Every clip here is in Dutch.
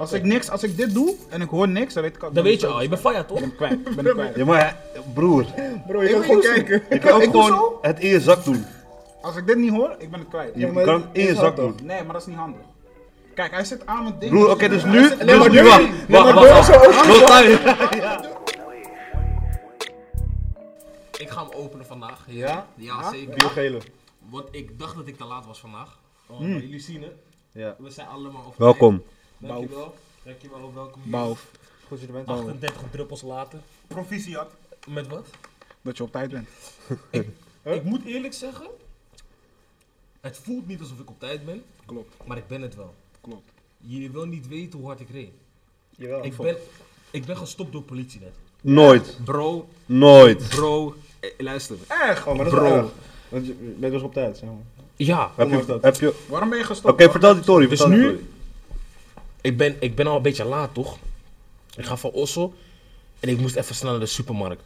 Als ik niks, als ik dit doe en ik hoor niks, dan weet ik al. Dat weet je al, je bent faya toch? Ik ben hem kwijt, ik ben hem kwijt. Ja, maar broer, Bro, je kan gewoon kijken. je kan ook Ik doe gewoon zo. het in je zak doen. Als ik dit niet hoor, ik ben het kwijt. Je maar kan het het in is je zak hard, doen. Nee, maar dat is niet handig. Kijk, hij zit aan mijn ding. Broer, oké, dus nu. Dus maar nu nu- wacht. nee, maar Wacht, door wacht. zo open- Wacht, wacht. Ik ga hem openen vandaag. Ja? Ja, zeker. Biogele. Want ik dacht dat ik te laat was vandaag. Oh, maar Jullie zien het. Ja. We zijn allemaal over. Welkom. Dankjewel. Dankjewel, welkom. hier. Bouw. Goed dat je er bent. 38 druppels later. Proficiat. Met wat? Dat je op tijd bent. Ik moet eerlijk zeggen, het voelt niet alsof ik op tijd ben, Klopt, maar ik ben het wel. klopt. Jullie wil niet weten hoe hard ik reed. Jawel. Oh, Ik ben, ik ben gestopt door politie net. Nooit. Bro, Nooit. bro, eh, luister. Echt? Oh, maar dat is Bro. wel erg. Want je je bent wel eens op tijd, zeg maar. Ja, Heb Ondanks je, dat. heb je... Oké, Waarom ben je gestopt? vertel die story. Dus vertel die nu- story. ik ben, ik ben al een beetje laat, toch? Ik ga van Osso en ik moest even snel naar de supermarkt.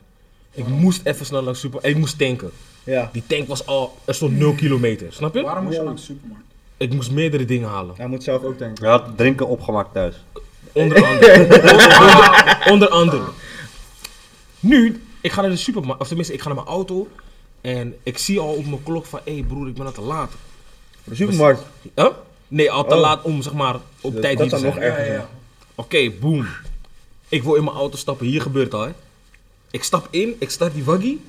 Ik moest even snel naar de supermarkt. Ik moest tanken. Ja. Die tank was al, er stond 0 kilometer, snap je? Waarom moest je naar de supermarkt? Ik moest meerdere dingen halen. Hij moet zelf ook denken. Je had drinken opgemaakt thuis. Onder andere. Onder- onder andere. Nu, ik ga naar de supermarkt, of tenminste, ik ga naar mijn auto. En ik zie al op mijn klok van, hé hey broer, ik ben al te laat. De supermarkt. Huh? Nee, al te Oh. laat om, zeg maar, op tijd dat hier te zou nog zijn. erger Ja, ja, ja. zijn. Oké, boom. Ik wil in mijn auto stappen, hier gebeurt het al, hè. Ik stap in, ik start die waggie.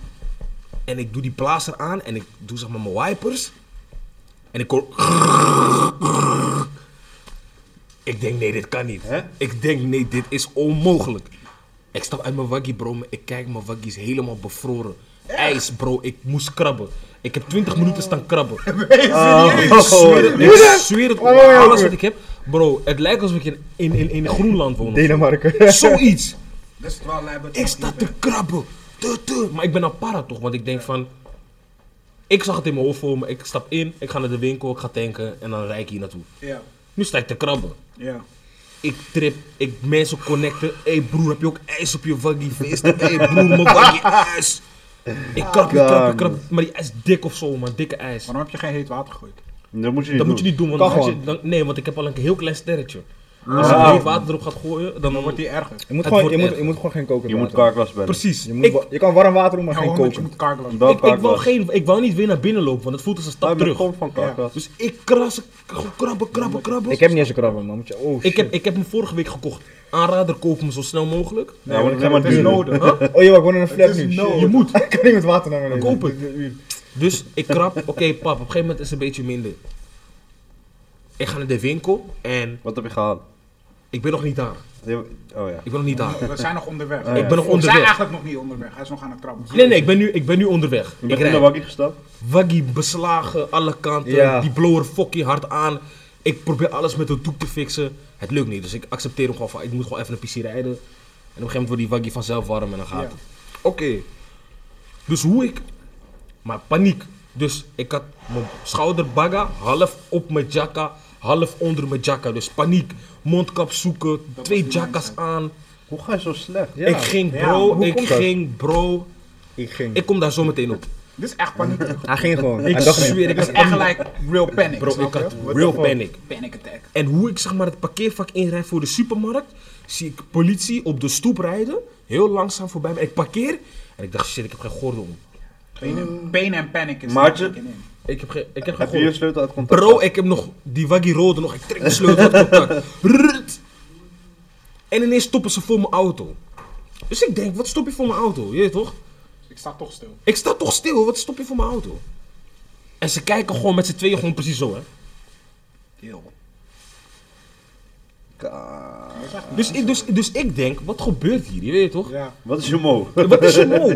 En ik doe die blazer aan en ik doe, zeg maar, mijn wipers. En ik hoor... Ik denk, nee, dit kan niet. Hè? Ik denk, nee, dit is onmogelijk. Ik stap uit mijn waggie, bro. maar Ik kijk, mijn waggie is helemaal bevroren. IJs, bro. Ik moest krabben. Ik heb 20 minuten staan krabben. Ah, oh, Ik zweer het, ik zweer het op alles wat ik heb. Bro, het lijkt alsof ik in, in, in, in Groenland woon. of zo. Denemarken. Zoiets. Dat is het wel lijp. Ik sta te krabben. Tu, tu. Maar ik ben een para toch, want ik denk van... Ik zag het in mijn hoofd voor me. Ik stap in, ik ga naar de winkel, ik ga tanken en dan rijd ik hier naartoe. Ja, Nu sta ik te krabben. ja. Ik trip, ik mensen connecten. Hé hey broer, heb je ook ijs op je waggie feest? Hé hey broer, mijn waggie ijs. Ik krab, ik krab, ik krab. Maar die ijs is dik of zo, man. Dikke ijs. Waarom heb je geen heet water gegooid? Dat moet je Dat niet doen. moet je niet doen, want Kan dan gaat je- gewoon. dan- nee, want ik heb al een heel klein sterretje. Als ik heet water erop gaat gooien, dan, Dan wordt die erger. Je moet, Het gewoon, wordt je, moet, erg. je moet gewoon geen koken. Je moet water. karklas bellen. Precies. Je, Ik- moet, wa- je kan warm water doen, maar Ja, geen hoor, want je koken. moet karkelen. Bel Ik, ik, wou karklas. geen, ik wou niet weer naar binnen lopen, want het voelt als een stap Ah, maar terug. Kom van karklas. Dus ik kras, gewoon krabben, krabben, krabben. Ik heb niet eens een krabben, man. Moet je, oh, ik, heb, shit. ik heb hem vorige week gekocht. Aanrader, koop hem zo snel mogelijk. Ja, maar dat is Het helemaal is duur. nodig. Oh joh, ik woon in een flat is nu. nodig. Shit. Je moet. Ik kan niet met water naar beneden. Koop het. Dus ik krab, oké pap, op een gegeven moment is het een beetje minder. Ik ga naar de winkel en Wat heb je gehaald? ik ben nog niet daar. Oh ja. Ik ben nog niet daar. We zijn nog onderweg. Ik ben nog We zijn onderweg. eigenlijk nog niet onderweg. Hij is nog aan het krabben. Nee, nee, ik ben nu, ik ben nu onderweg. Je Ik bent in de rijd. waggie gestapt? Waggy beslagen, alle kanten. Ja. Die blower fucking hard aan. Ik probeer alles met een doek te fixen. Het lukt niet, dus ik accepteer hem gewoon van, ik moet gewoon even een pissie rijden. En op een gegeven moment wordt die waggy vanzelf warm en dan gaat Ja. het. Oké. Dus hoe ik... Maar paniek. Dus ik had mijn schouderbagga half op mijn jacka, half onder mijn jacka. Dus paniek. Mondkap zoeken, was twee die jackas aan. Hoe ga je zo slecht? Ja. Ik ging Ja, maar bro, hoe ik komt dat? ging bro. Ik ging. Ik kom daar zo meteen op. Dit is echt paniek. Dit Hij ging gewoon. Ik Hij dacht niet. zweer, ik is had echt gelijk real panic. Bro, snap ik had je? real panic. Panic attack. En hoe ik zeg maar het parkeervak inrijd voor de supermarkt, zie ik politie op de stoep rijden, heel langzaam voorbij me. En ik parkeer en ik dacht shit, ik heb geen gordel om. Mm. Pain en panic is Maartje? er in. Ik heb geen, ik heb geen Heb je je gordel. sleutel uit contact? Bro, ik heb nog die waggie rode nog, ik trek de sleutel uit contact. Rrrt. En ineens stoppen ze voor mijn auto. Dus ik denk, wat stop je voor mijn auto? Je weet toch? Ik sta toch stil. Ik sta toch stil, wat stop je voor mijn auto? En ze kijken gewoon met z'n tweeën gewoon precies zo hè. Heel. Dus ik, dus, dus ik denk, wat gebeurt hier? Je weet toch? Ja. Wat is je mo? Wat is je mol?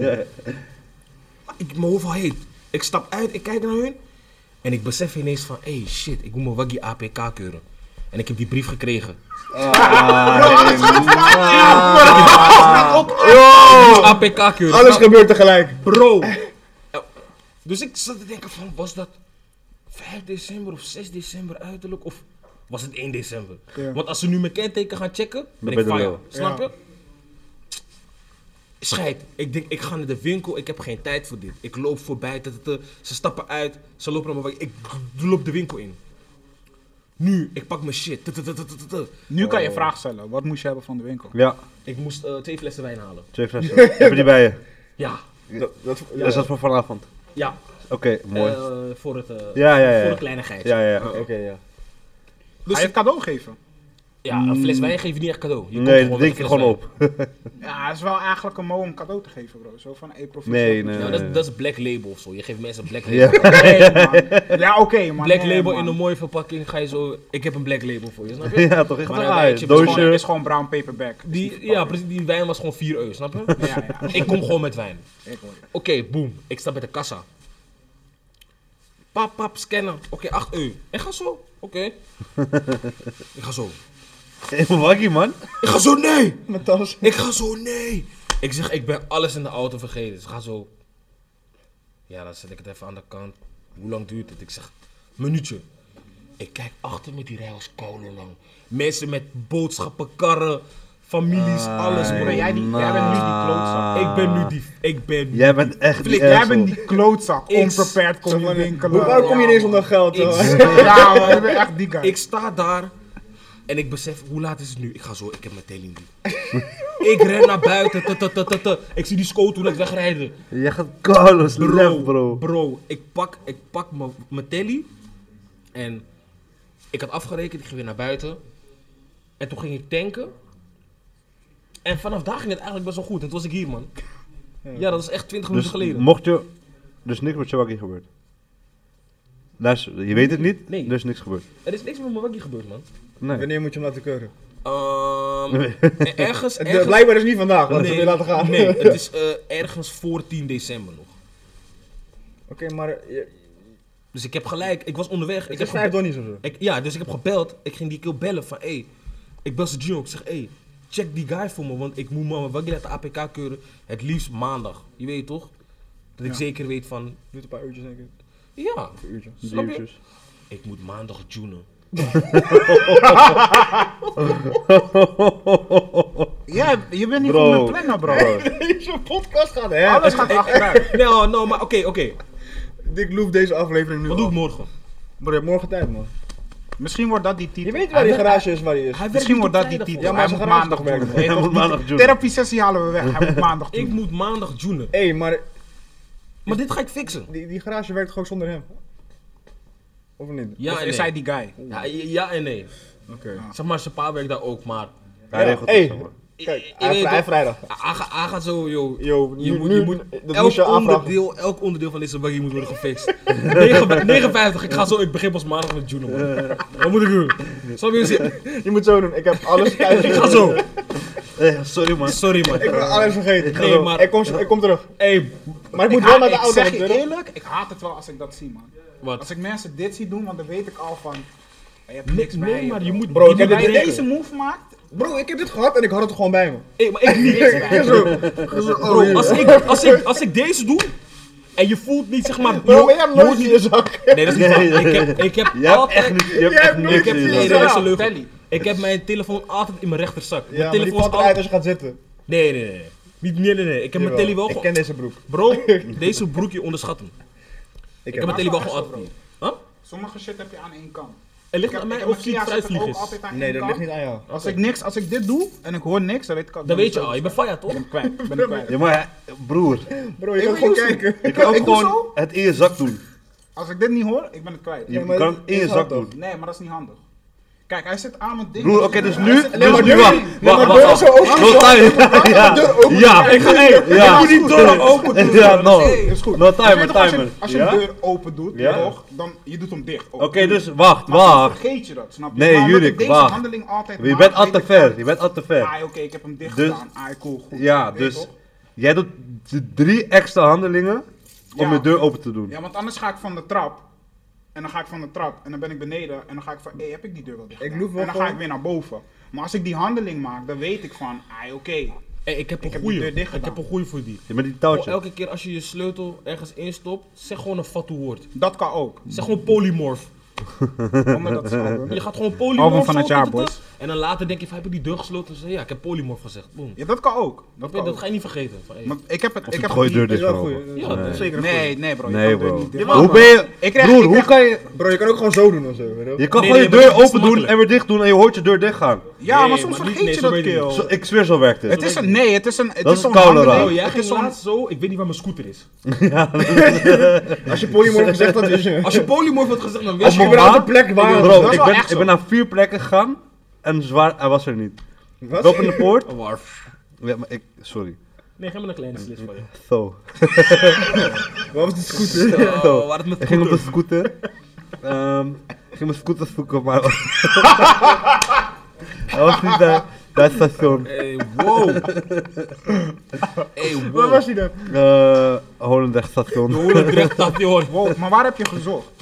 ik, mijn hoofd al heet. Ik stap uit, ik kijk naar hun. En ik besef ineens van, hé hey, shit, ik moet mijn Waggy APK keuren. En ik heb die brief gekregen. Ah. Oh. Dus APK keuren. Alles Alles gebeurt tegelijk. bro. Eh, Dus ik zat te denken van, was dat 5 december of 6 december uiterlijk? Of was het 1 december? Want als ze nu mijn kenteken gaan checken, ben ben ik je er fire. wel. Snap je? Scheid, ik denk, ik ga naar de winkel, ik heb geen tijd voor dit. Ik loop voorbij, tut, tut, tut. ze stappen uit, ze lopen naar mijn waggie. Ik loop de winkel in. Nu, ik pak mijn shit. Tut, tut, tut, tut, tut, tut. Nu kan je vraag stellen. Wat moest je hebben van de winkel? Ja, Ik moest eh, twee flessen wijn halen. twee flessen. Heb je die bij je? Ja, Dat, dat, ja. Is dat voor vanavond? ja. Oké, mooi. Eh, voor het, eh, Ja, ja, ja. Voor de kleinigheid. ja, ja. Oké, ja. Ga je Dus, het cadeau geven? ja, een fles wijn geef je niet echt cadeau. Je komt nee, gewoon dat met denk een fles ik gewoon op. Ja, het is wel eigenlijk een mo om cadeau te geven, bro. Zo van, hey, proficiat. Nee, wijn. nee. Nou, dat, dat is black label of zo. Je geeft mensen black label. Ja. Nee, man. Ja, oké, man. Black Nee, label man. in een mooie verpakking ga je zo. Ik heb een black label voor je, snap je? ja, toch echt Maar een een wijntje Het is gewoon, het doosje. is gewoon brown paperback. Het is niet Die, ja, precies, die wijn was gewoon 4 euro, snap je? verpakt. Ja, ja. Ik kom gewoon met wijn. Ik hoor je. Oké, boom. Ik sta bij de kassa. Pap, pap, scannen. Oké, 8 euro. Ik ga zo. Oké. ik ga zo. In Milwaukee, man. Ik ga zo, nee! Mijn tas. Ik ga zo, nee! Ik zeg, ik ben alles in de auto vergeten. Ze gaan zo. Ja, dan zet ik het even aan de kant. Hoe lang duurt het? Ik zeg, minuutje. Ik kijk achter me, die rij was kolenlang. lang. Mensen met boodschappen, karren, families, alles. Ai, bro. Ben jij die- jij bent nu die nah. klootzak. Ik ben nu die... Ik ben Jij bent echt Flik, die jij asshole. bent die klootzak. Ik- Onprepared kom Zeg je maar, winkelen. Waarom kom je Ja, ineens om man. dat geld? Ik- hoor? Ja, man, ik ben echt die guy. Ik sta daar en ik besef, hoe laat is het nu? Ik ga zo, ik heb mijn teling niet. ik ren naar buiten, ta, ta, ta, ta, ta. ik zie die scoot hoe ik wegrijden. Jij gaat Carlos lef, bro. bro, ik pak, ik pak mijn- mijn telly en ik had afgerekend, ik ging weer naar buiten. En toen ging ik tanken. En vanaf daar ging het eigenlijk best wel goed. En toen was ik hier, man. Ja, dat is echt 20 minuten Dus geleden. mocht je... Dus niks met Shawaki gebeurd. Luister, je weet het niet, Nee. er is niks gebeurd. Er is niks met mijn waggie gebeurd, man. Nee. Wanneer moet je hem laten keuren? Ehm, ergens, ergens... Het- Blijkbaar dus niet vandaag, want we Nee, weer laten gaan. nee, Oké, het is eh, ergens voor 10 december nog. maar eh, het Dus ik heb gelijk, ik was onderweg. Ik is heb vijf gebe- donnies of zo. ik, ja, dus ik heb gebeld. Ik ging die keer bellen van, hé, hey, ik bel ze Gino. Ik zeg, hé, hey, check die guy voor me. Want ik moet mama wat laten APK keuren. Het liefst maandag. Je weet toch? Dat ik zeker weet van, Doet een paar uurtjes denk ik. ja, Een uurtje. snap je? Diertjes. Ik moet maandag tunen. Jij, je bent niet Bro. van mijn plannen, bro. Deze podcast gaat hè? Alles gaat achteruit. Nee, oh, no, maar oké, oké. Ik loef deze aflevering nu Wat doe ik al. morgen? Bro, je hebt morgen tijd man. Misschien wordt dat die Je titel. weet waar die Hij- garage is waar die is. Hij werkt Misschien niet wordt op dat die titel. vrijdag, Ja, hij moet hoor. maar ze gaan maandag rustig worden. werken. Weet je Hij toch, moet maandag die doen. Therapie-sessie halen we weg. Hij moet maandag Ik doen. moet maandag tunen. Hé, maar Maar dit ga ik fixen. die, die garage werkt gewoon zonder hem. Of niet? Ja Of en is nee. hij die guy? Ja, ja en nee. Oké. Zeg maar, zijn pa werkt daar ook, maar... Hij Ja, regelt hey. het, zeg maar. Kijk, Ik- hij ik- hij- hij vrijdag. Hij gaat- hij gaat zo, joh. Yo, Je nu- moet, nu- je moet, dat elk, moest je aanvragen. onderdeel, elk onderdeel van deze buggy moet worden gefixt. 9 59, ik ga zo, ik begin pas maandag met Juno. Eh. man. Wat moet ik doen? Snap je? Ik- Je moet zo doen, ik heb alles thuis. Ik ga zo. Eh, sorry, man. Sorry man. Ik heb alles vergeten. Ik, Nee, nee, maar- maar... ik, kom, ik kom terug. Hey, Maar ik moet Ik haat- wel naar de ik auto. zeg want- je eerlijk, ik haat het wel als ik dat zie, man. Als wat? ik mensen dit zie doen, want dan weet ik al van... Je hebt Nee, niks nee, bij je, maar bro. je moet... Bro, ik je heb moet Als dit je denken. deze move maakt, Bro, ik heb dit gehad en ik had het gewoon bij me. Hey, maar ik niet. niks bij je. Zo. Bro, als ik, als, ik, als ik deze doe... En je voelt niet, zeg maar... je Bro, hoort- jij hebt nooit in je zak. Nee, dat is niet Nee. waar. Ik heb, ik heb Je hebt altijd... echt, niet- je hebt Jij echt hebt nooit niks in gezien. je Nee, zak. dat is Ja, een leugen. Telly. Ik heb mijn telefoon altijd in mijn rechterzak. Mijn Ja, maar die telefoon valt is altijd... eruit als je gaat zitten. Nee, nee, nee. Niet, nee, nee, nee. Ik heb mijn telly wel Ik gewoon... ken deze broek. Bro, deze broekje onderschat hem. Ik heb mijn telly wel gewoon altijd niet. Huh? sommige shit heb je aan één kant. Er Ik ligt heb- ik aan mij heb of die mijn Kia zet ik fruitvlieg ook is. altijd aan Nee, één dat kant. ligt niet aan jou. Als ik, niks, als ik dit doe en ik hoor niks, dan weet ik al... Dat weet je ik al. Je bent faya, toch? ben kwijt. Ik ben kwijt. Ja, maar broer, Bro, je kan wil gewoon je zien. kijken. je kan ook Ik doe gewoon zo. het in je zak doen. Als ik dit niet hoor, ik ben het kwijt. Je maar kan dit het in je is zak handig. doen. Nee, maar dat is niet handig. Kijk, hij zit aan het ding. Broer, oké, dus nu, Nee, dus maar nu deur wacht. niet. Nee, Wacht, maar wacht, deur wacht. is zo open. No time. Ja, deur open. ja, ik ga even. Ja, moet die deur open doen. Ja, no. Nee, is goed. No Je weet timer, toch, als je- timer. Als je Ja? een Oké, deur open doet, Ja. toch, dan je doet hem dicht. ook. dus wacht, Maar soms wacht. Vergeet je dat, snap je? Nee, Maar omdat Jurik, ik deze wacht. handeling altijd Je maak, bent al weet te ik- ver, je bent al te ver. Ah, oké, ik heb hem dicht Dus- gedaan. Ah, cool, goed. Ja, Weet je dus toch? jij doet d- drie extra handelingen om Ja. je deur open te doen. Ja, want anders ga ik van de trap. En dan ga ik van de trap. En dan ben ik beneden. En dan ga ik van, hé, heb ik die deur wel dicht? Ik gedaan? loop wel en dan ga gewoon- ik weer naar boven. Maar als ik die handeling maak, dan weet ik van, ah, oké. Hey, ik heb heb een die goeie. deur dicht Ik heb gedaan. een goeie voor die. Met die Gewoon touwtje. elke keer als je je sleutel ergens instopt, zeg gewoon een fatsoen woord. Dat kan ook. Zeg gewoon polymorf. Onder dat album. Je gaat gewoon polymorf Album van zo, het jaar, tut, tut, tut. boys. En dan later denk je van, heb ik die deur gesloten? Dus, ja, ik heb polymorf gezegd. Boom. Ja, dat kan ook. Dat kan Dat, ook. ga je niet vergeten. Van, hey. Maar ik heb het. Of Ik een heb gooi het deur niet- is dicht wel een bro. goeie. Ja, dat is zeker. Nee, nee, bro. je Nee kan deur bro. niet dicht- Jawel, Hoe man. ben je... Ik krijg- Broer, ik hoe krijg- kan je... Bro, je kan ook gewoon zo doen of zo. weet je wel. Je kan Nee, gewoon nee, je maar deur dat is open doen makkelijk. en weer dicht doen en je hoort je deur dichtgaan. Ja, Nee, maar soms maar niet- vergeet nee, je zo dat, weet ik niet. kill. Zo, ik zweer zo werkt het. Het is een. Nee, het is een. Het Dat is is zo'n koude handeling. raad. Oh, jij Het ging is zo'n. laatst zo, ik weet niet waar mijn scooter is. Als je polymorf gezegd had, is je... Als je polymorf had gezegd, dan Als wist je je... Allemaal- überhaupt waar? een plek waar... dat Bro, is ik wel ben, echt ik ben naar vier plekken gegaan en zwaar, hij was er niet. Wat? Loop in de poort. Oh, Warf. Ja, maar ik, sorry. Nee, geef me een kleine slis van je. Zo. Waar was die scooter? Zo. Oh, waar het Ik met ging op de scooter? scooter. Ehm, ik ging mijn scooter zoeken, maar. hij was niet daar. Dat station. Hey, wow. Hey, Waar wow. was die dan? Eh Holendrecht station. Holendrecht dat, joh. Wow, maar waar heb je gezocht?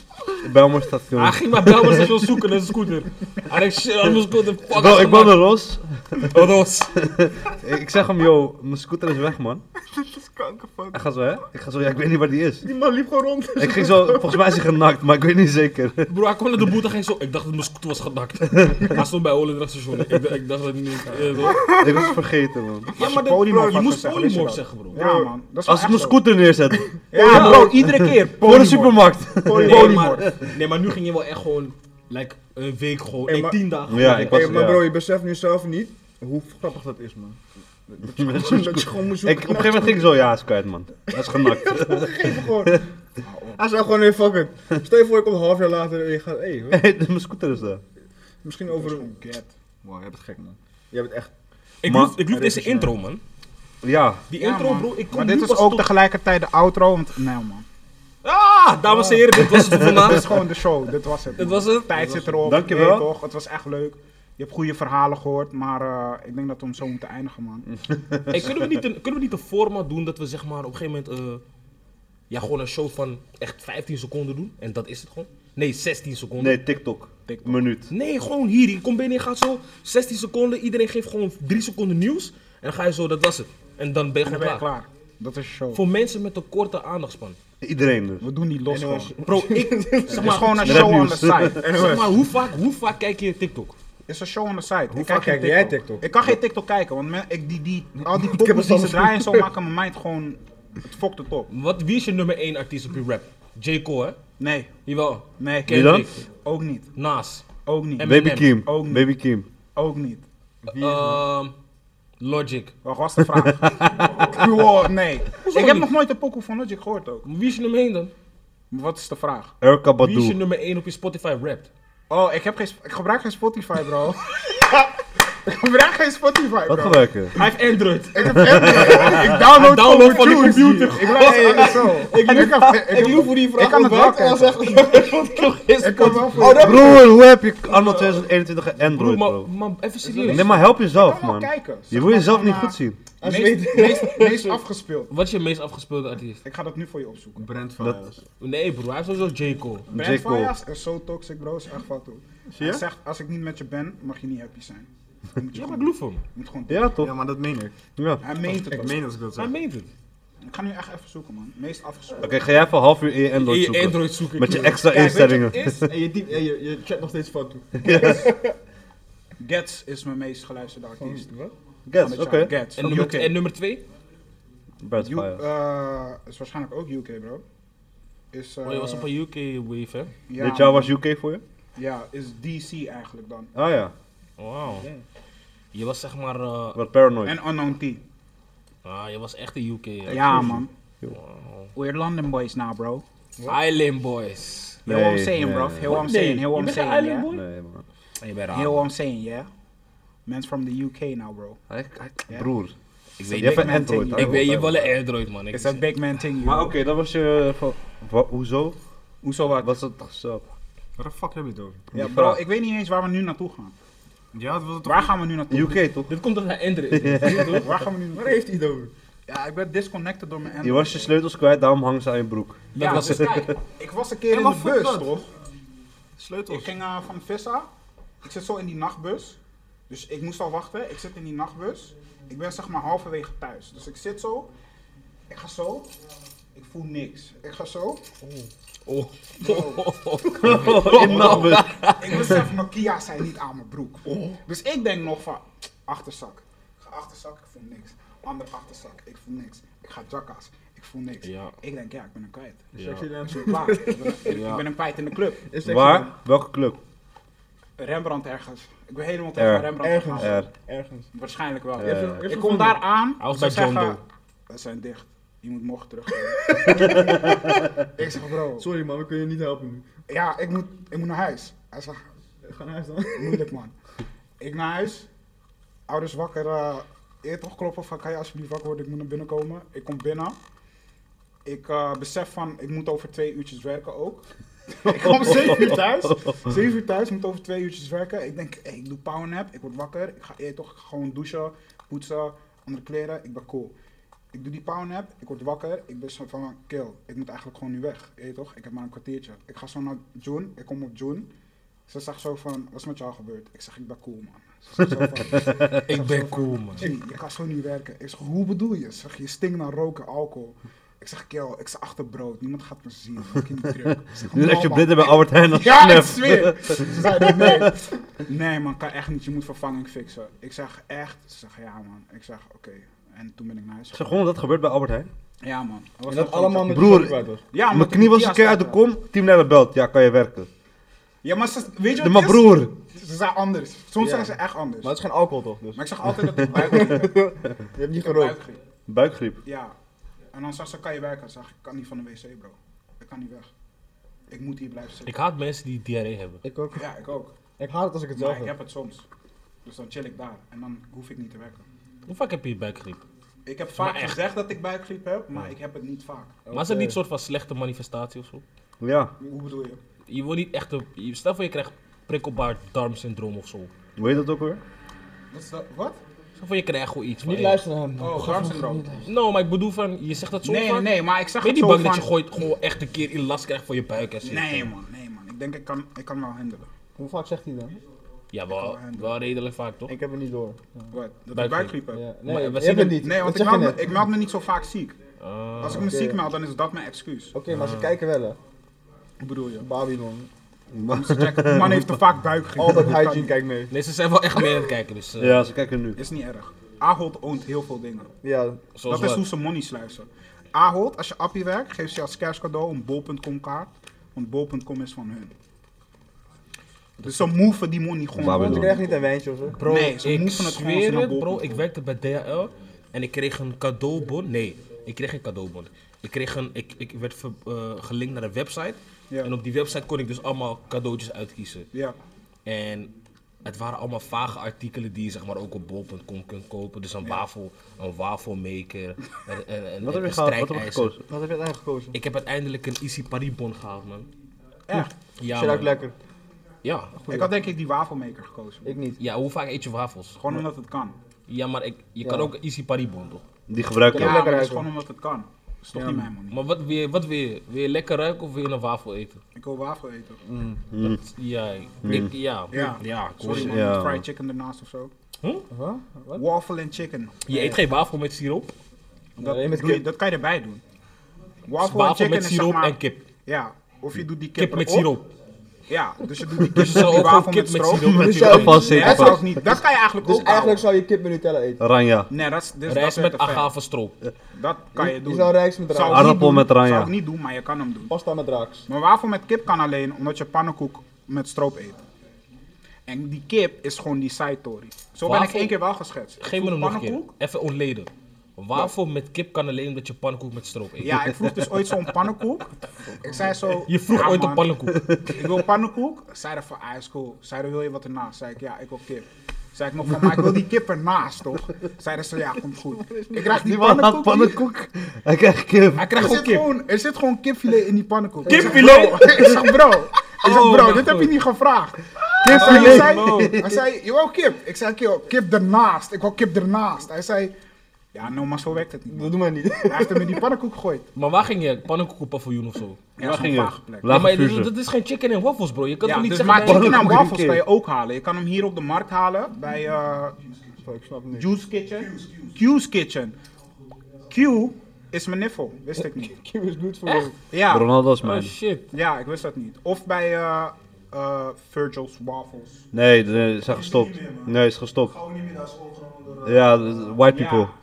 Bijlmer station. Hij ging maar Belmer station zoeken naar zijn scooter. Hij dacht, shit, aan mijn scooter. Fuck, Bro, ik ben er los. Oh, dat was- Ik ik zeg hem, yo, mijn scooter is weg, man. Dit is kankerfuck. Hij gaat zo, hè? Ik ga zo, ja, ik weet niet waar die is. Die man liep gewoon rond. Ik ging zo, volgens mij is hij genakt, maar ik weet niet zeker. Bro, hij kwam naar de boete en ging zo. Ik dacht dat mijn scooter was genakt. Hij stond bij Holendrecht station. Ik, dacht- ik dacht dat hij niet. eh, zo. Ik was het vergeten, man. Ja, maar dat- polymorf bro, je had moest gezegd, polymorf wist je dat? zeggen, bro. Ja, man. Dat is wel Als ik echt mijn zo. scooter neerzet. Ja, bro, iedere keer. Voor de polymorf. supermarkt. Nee Polymorf. maar, nee, maar nu ging je wel echt gewoon. Like, een week gewoon. Hey, nee, maar- tien dagen. Ja, ik was- Hey, maar ja. bro, je beseft nu zelf niet hoe grappig dat is, man. Dat je, dat Ik, je gewoon moet op een zoeken. gegeven moment ging ik zo, ja, hij is kwijt, man. Hij is genakt. Geef hem gewoon. Hij zei gewoon, nee, fuck it. Stel je voor, ik kom een half jaar later en je gaat, hé, hey, Hey, mijn scooter is daar. misschien over een... Wow, jij bent gek, man. Jij bent echt... Ik Maar- loef, ik loef deze intro, man. Ja, Die Ja, intro, man. bro. Ik kom Maar nu dit is pas ook tot- tegelijkertijd de outro, want nee man. Ah, dames en heren, dit was het Dit voor is vandaag. gewoon de show, dit was het. Dit man. was het. Tijd zit erop. Dankjewel. Nee, toch? Het was echt leuk. Je hebt goede verhalen gehoord, maar eh, ik denk dat we hem zo moeten eindigen, man. Hey, kunnen, we niet een, kunnen we niet een format doen dat we zeg maar op een gegeven moment. eh, ja, gewoon een show van echt 15 seconden doen? En dat is het gewoon? Nee, 16 seconden. nee, TikTok. TikTok. Minuut. Nee, gewoon hier. Je komt binnen, je gaat zo 16 seconden. Iedereen geeft gewoon 3 seconden nieuws. En dan ga je zo, dat was het. En dan ben je En dan gewoon ben je klaar. klaar. Dat is de show. Voor mensen met een korte aandachtspan. Iedereen dus. We doen die los gewoon. Bro, ik. zeg Het is maar, gewoon een Rap show on the nieuws. side. zeg maar hoe, vaak, hoe vaak kijk je TikTok? Het is een show on the side. Hoe vaak kijk jij TikTok? Ik kan geen TikTok kijken, want men- ik, die, die, al die heb poppen het die ze anders draaien en zo maken mijn mind gewoon... Het fokt het op. Wat, wie is je nummer 1 artiest op je rap? J. Cole, hè? Nee, Jawel. nee. Wie dan? Kendrick. Ook niet, Nas. ook niet, En- Baby M&M. Kim. Ook niet. Baby Kim. ook niet. Ehm, Logic. Wat was de vraag? Wow, nee. ik heb niet? nog nooit een pokoe van Logic gehoord ook. Wie is je nummer 1 dan? Wat is de vraag? Erika Wie is je Badu. nummer 1 op je Spotify rapt? Oh, ik, heb geen, sp- ik gebruik geen Spotify, bro. ik gebruik geen Spotify, Wat bro. gebruiken? Hij heeft Android. Ik heb Android. Ik download, Download van de tunes. computer. Ik blijf zo. Ik, ik, heb- ik, Ik loef voor die vraag Oh, ik kan het wel kijken. en dan zeg ik... Ik kan wel voor- Broer, hoe heb je anno 2021 een Android, maar, bro? maar even serieus. Nee, maar help jezelf, wel man. kijken. Je Zeg wil maar jezelf van, niet eh, goed zien. Als je Meest, weet... meest, meest afgespeeld. Wat is je meest afgespeelde artiest? Ik ga dat nu voor je opzoeken. Brand Fires. Nee bro, hij heeft sowieso J. Cole. Brand J. Cole. Fires is zo toxic, bro. Is echt fout, hoor. Zie je? Hij zegt, als ik niet met je ben, mag je niet happy zijn. Je moet je Ja, maar gewoon- ik loef hem. je moet gewoon... Ja, Ja, toch? maar dat meen ik. Ja. Hij meent het Ik ook. meen dat ik dat Hij zeg. meent het. Ik ga nu echt even zoeken, man. Meest afgespeeld. Oké, ga jij even een half uur in je In Android je zoeken. Android zoeken. Met je extra instellingen. En je, diep, en je, je chat nog steeds fout toe. Gets is mijn meest geluisterde artiest. Guess, Van het oké. jaar. Gets. En nummer, UK. en nummer 2? Brad U- Fire. eh, is waarschijnlijk ook UK, bro. Is, eh, Oh, je was op een UK wave, hè? ja, Dit jaar was UK voor je? Ja, is DC eigenlijk dan. Ah ja, Wauw. Je was zeg maar. eh, wat paranoid. En Unknown T. ah, je was echt een UK. hè? Ja, man. We're London boys now, bro. Island Boys. Hear what I'm Nee, saying, nee, bro. nee. Hear what I'm saying. Hear what I'm saying, Island yeah? Boy? Nee, man. Je bent Hear what I'm saying, yeah? Man's from the UK now, bro. Hij- hij- Broer. Ik Je weet hebt niet. een Android. Ik hè? Ik weet, je hebt wel een Android, man. Ik Is dat big man thing, Maar yo. oké, dat was je... eh, van- wa- Hoezo? Hoezo wat? Was dat zo? Waar de fuck heb je het over? Ja, die bro, vraag. ik weet niet eens waar we nu naartoe gaan. Ja, dat was het toch? Waar gaan we nu naartoe? UK toch? Dit komt omdat hij Android is. Waar gaan we nu Waar naartoe? heeft hij het over? Ja, ik ben disconnected door mijn Je was je sleutels kwijt, daarom hangen ze aan je broek. Ja, Dat was Oh, dus kijk, ik was een keer Ja, in maar de fuck bus, dat. toch? Ik Sleutels. ging eh, van Vissa. Ik zit zo in die nachtbus. Dus ik moest al wachten. Ik zit in die nachtbus. Ik ben zeg maar halverwege thuis. Dus ik zit zo. Ik ga zo. Ik voel niks. Ik ga zo. Oh. In nachtbus. Ik besef, mijn Kia zijn niet aan mijn broek. Oh. Dus ik denk nog van, achterzak. Ik ga achterzak, ik voel niks. Andere achterzak, ik voel niks. Ik ga jackass, ik voel niks. Ja. Ik denk, ja, ik ben hem kwijt. Sexy Ik dance. ben klaar. Ik ben, ik Ja. ben hem kwijt in de club. Is sexy Waar? Welke club? Rembrandt ergens. Ik ben helemaal tegen Er. Rembrandt Ergens. gegaan. Er. Ergens. Waarschijnlijk Eh, wel. Je hebt hem- je hebt Ik hem kom gevonden. daar aan. Hij was ze bij John zeggen, We zijn dicht. Je moet morgen terug. ik zeg, bro. Sorry man, we kunnen je niet helpen nu. Ja, ik moet, ik moet naar huis. Hij zegt, Ga naar huis dan. Moeilijk man. Ik naar huis. Ouders wakker. eh eer toch kloppen van kan je alsjeblieft wakker worden, ik moet naar binnen komen. Ik kom binnen. Ik eh, besef van ik moet over twee uurtjes werken ook. ik kom om zeven uur thuis. Zeven uur thuis, moet over twee uurtjes werken. Ik denk, hey, ik doe powernap, ik word wakker. Ik ga eer toch gewoon douchen, poetsen, andere kleren. Ik ben cool. Ik doe die powernap, ik word wakker. Ik ben zo van, kill, ik moet eigenlijk gewoon nu weg. Je weet toch, ik heb maar een kwartiertje. Ik ga zo naar June, ik kom op June. Ze zegt zo van, wat is met jou gebeurd? Ik zeg, ik ben cool, man. Ze zegt zo van, Eh, Ik ben cool, man. Jimmy, je kan zo niet werken. Ik zeg, hoe bedoel je? Ze zegt, je stinkt naar roken, alcohol. Ik zeg, kill, ik sta achter brood. Niemand gaat me zien. Maak je niet druk. Ze zegt, Nu "No, leg je man." blinder bij Albert Heijn als Ja, ik snap. zweer. Ze zeiden, nee. Nee, man, kan echt niet. Je moet vervanging fixen. Ik zeg, echt? Ze zegt, ja, man. Ik zeg, oké. En toen ben ik naar huis Ik zeg gewoon dat gebeurt bij Albert Heijn. gegaan. Ja, man. Er was En nog dat een- allemaal met Broer, de kwijt was. Ja, omdat Mijn ik knie was Kia een keer uit de startte. kom, teamleider belt. Ja, kan je werken. Ja, maar ze, weet je De wat mijn het is? broer. Ze zijn anders. Soms Ja. zijn ze echt anders. Maar Maar het is geen alcohol toch? Dus. ik zeg altijd dat ik buikgriep heb. Je hebt niet Ik heb gerookt. buikgriep. Buikgriep. Ja. En dan zag ze, kan je werken? Zag ik, "Ik kan niet van de wc, bro. Ik kan niet weg. Ik moet hier blijven Ik zitten. haat mensen die diarree hebben. Ik ook. Ja, ik ook. Ik haat het als ik het zelf Maar ik heb. heb het soms. Dus dan chill ik daar. En dan hoef ik niet te werken. Hoe vaak heb je buikgriep? Ik heb vaak Maar echt. gezegd dat ik buikgriep heb, maar ik heb het niet vaak. Maar is dat niet een soort van slechte manifestatie of zo? Ja. Hoe bedoel je? Je wordt niet echt een... je- Stel voor je krijgt prikkelbaar darmsyndroom of zo. Hoe heet dat ook weer? Wat is dat? Wat? Stel voor je krijgt gewoon iets. van, Niet hey. luisteren naar hem. man. Oh, darmsyndroom. No, maar ik bedoel van... Je zegt dat zo Nee, nee, vaak. nee, maar ik zeg Ben je het niet zo bang van... dat je gooit, gewoon echt een keer in last krijgt van je buik en shit? Nee man, nee man. Ik denk ik kan, ik kan wel handelen. Hoe vaak zegt hij dan? Ja, wel, wel redelijk vaak toch? Ik heb het niet door. Wat? Dat ik Buikgriep. buikgriep heb? Ja. Maar Nee, we we zien hebben het hem- niet. Nee, want dat ik zeg je meld, me, net. ik meld me niet zo vaak ziek. Ah. Als ik me oké. ziek meld, dan is dat mijn excuus. Oké, maar Ah. ze kijken wel hè. Hoe bedoel je? Babylon. Ze checken, die man heeft te vaak buikgriep. Al dat kan hygiene niet. kijkt mee. Nee, ze zijn wel echt mee aan het kijken, dus... eh, Ja, ze kijken nu. Is niet erg. Ahold oont heel veel dingen. Ja. zoals dat is wat. hoe ze money sluizen. Ahold, als je appie werkt, geeft ze je als cash cadeau een bol.com kaart. Want bol.com is van hun. Dus ze moven die money gewoon. Waar we Want doen. ik krijg niet een wijntje of zo. Bro, Nee, ze ik moeten het gewoon zweer naar het, boven bro. doen. Ik werkte bij DHL en ik kreeg een cadeaubon. Nee, ik kreeg geen cadeaubon. Ik, kreeg een, ik, ik werd ver- eh, gelinkt naar een website. Ja. En op die website kon ik dus allemaal cadeautjes uitkiezen. Ja. En het waren allemaal vage artikelen die je zeg maar, ook op bol.com kunt kopen. Dus een, wafel, een wafelmaker, een, een, een, Wat heb je een gehaald? Wat heb je strijkijzer. gekozen? Wat heb je uiteindelijk gekozen? Ik heb uiteindelijk een Easy Paris bon gehaald, man. Echt. Ja, Shit uit man. lekker. Ja. Ik had denk ik die wafelmaker gekozen. Ik niet. ja, hoe vaak eet je wafels? Gewoon omdat het kan. Ja, maar ik, je Ja. kan ook een Easy Paris bon, toch? Die gebruiken Ja, we. maar lekker het is ruiken. gewoon omdat het kan. Dat is toch niet mijn money. Maar wat wil je? Wat wil je? Wil je lekker ruiken of wil je een wafel eten? Ik wil wafel eten. Dat- ja, ik, ik- ja. Ja. ik hoor Sorry je. man, Ja, met man. fried chicken ernaast of zo. Huh? Wat? Waffle en chicken. Je eet geen wafel met siroop. Dat, alleen met doe je- kip. dat kan je erbij doen. Waffle, en chicken Wafel Dus met is zeg siroop maar- en kip. Ja, of je doet die kip, Kip met erop. siroop. Ja, dus je doet die kip, Dus je zou die ook wafel gewoon kip met stroop. siroop met Dus siroop. zou- Vast Nee, zitten. dat zou ik vast. niet. Dat kan je eigenlijk Dus ook eigenlijk eigenlijk zou je kip met Nutella eten. Ranja. Nee, dat is dus Rijst dat is met te ver. agavestroop. Dat kan je doen. Je zou rijst met Zou ik raak. niet Aardappel doen, met ranja. Zou ik niet doen, maar je kan hem doen. Pasta met raaks. Maar wafel met kip kan alleen omdat je pannenkoek met stroop eet. En die kip is gewoon die side-tory. Zo ben ik Wafel- één keer wel geschetst. Geef me hem nog een keer. Pannenkoek? Even ontleden. Wafel met kip kan alleen omdat je pannenkoek met stroop eet. Ja, ik vroeg dus ooit zo'n pannenkoek. Ik zei zo... Je vroeg "Ja, ooit een man, pannenkoek. Ik wil pannenkoek. Zeiden van, ah is cool. Zeiden, wil je wat ernaast? Zei ik, ja, ik wil kip. Zei ik nog van, maar ik wil die kip ernaast, toch? Zeiden ze, ja, komt goed. Ik krijg die Die man had pannenkoek. die- pannenkoek. Hij krijgt kip. Hij krijgt Er gewoon zit, kip. gewoon, er zit gewoon kipfilet in die pannenkoek. Kipfilet? Ik zeg, bro, ik zeg, bro, ik zeg, Oh, bro mijn dit heb God. je niet gevraagd. Hij Kipfilet. zei, hij zei, je wou kip? Ik zei, "Kill, kip ernaast. Ik wou kip ernaast. Hij zei, ja, nou, maar zo werkt het niet. man." Dat doen wij niet. Hij heeft hem in die pannenkoek gegooid. Maar waar ging je? Pannenkoekenpaviljoen of zo? Ja, dat is ging een je? vage plek. Ja, Laat maar het dat, vuren. dat is geen chicken en waffles, bro. Je kan Ja, toch niet dus zeggen... maar dat je- chicken en Pannenkoek waffels een kan keer. je ook halen. Je kan hem hier op de markt halen bij eh Oh, Ik snap het niet. Juice Kitchen. Q's Kitchen. Q Is mijn niffel, wist ik niet. Kim is goed voor hem. Ja, Ronaldo is Oh mijn. shit. ja ik wist dat niet. Of bij eh, eh, Virgil's Waffles. Nee, nee, is gestopt. Nee, is gestopt. Gewoon niet meer naar school, gewoon door... eh, Ja, de- white Ja. people.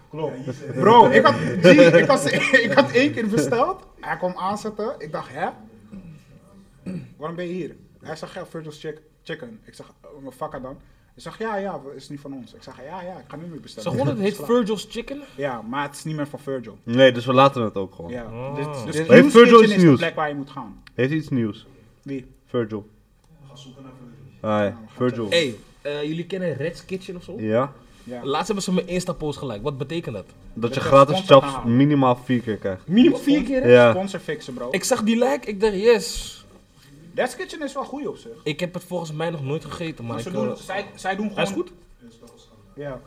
Bro, ik had, die, ik, was, ik had één keer besteld. Hij kwam aanzetten. Ik dacht, hè? Waarom ben je hier? Hij zegt, ja, Virgil's chick- Chicken. Ik zeg, oh, mijn vakken dan. Hij zegt, ja, ja, is niet van ons. Ik zeg, ja, ja, ik ga nu meer Ze bestellen. gewoon het heet Virgil's Chicken? Ja, maar het is niet meer van Virgil. Nee, dus we laten het ook gewoon. Ja. Oh. Dus, dus Maar heeft Nieuws Virgil Kitchen iets is de nieuws? plek waar je moet gaan. Heeft iets nieuws? Wie? Virgil. Ah, ja. Virgil. Hey, eh, jullie kennen Red's Kitchen of zo? Ja? Ja. Laatst hebben ze mijn Insta-post gelijk. Wat betekent dat? Dat je je gratis sponsor chaps halen. minimaal vier keer krijgt. Minimaal vier keer? hè? Ja. Sponsor fixen, bro. Ik zag die like, ik dacht yes. Death's Kitchen is wel goed op zich. Ik heb het volgens mij nog nooit gegeten, maar, Maar ik... ze eh, doen, zij, zij doen gewoon... Hij is goed? Ja.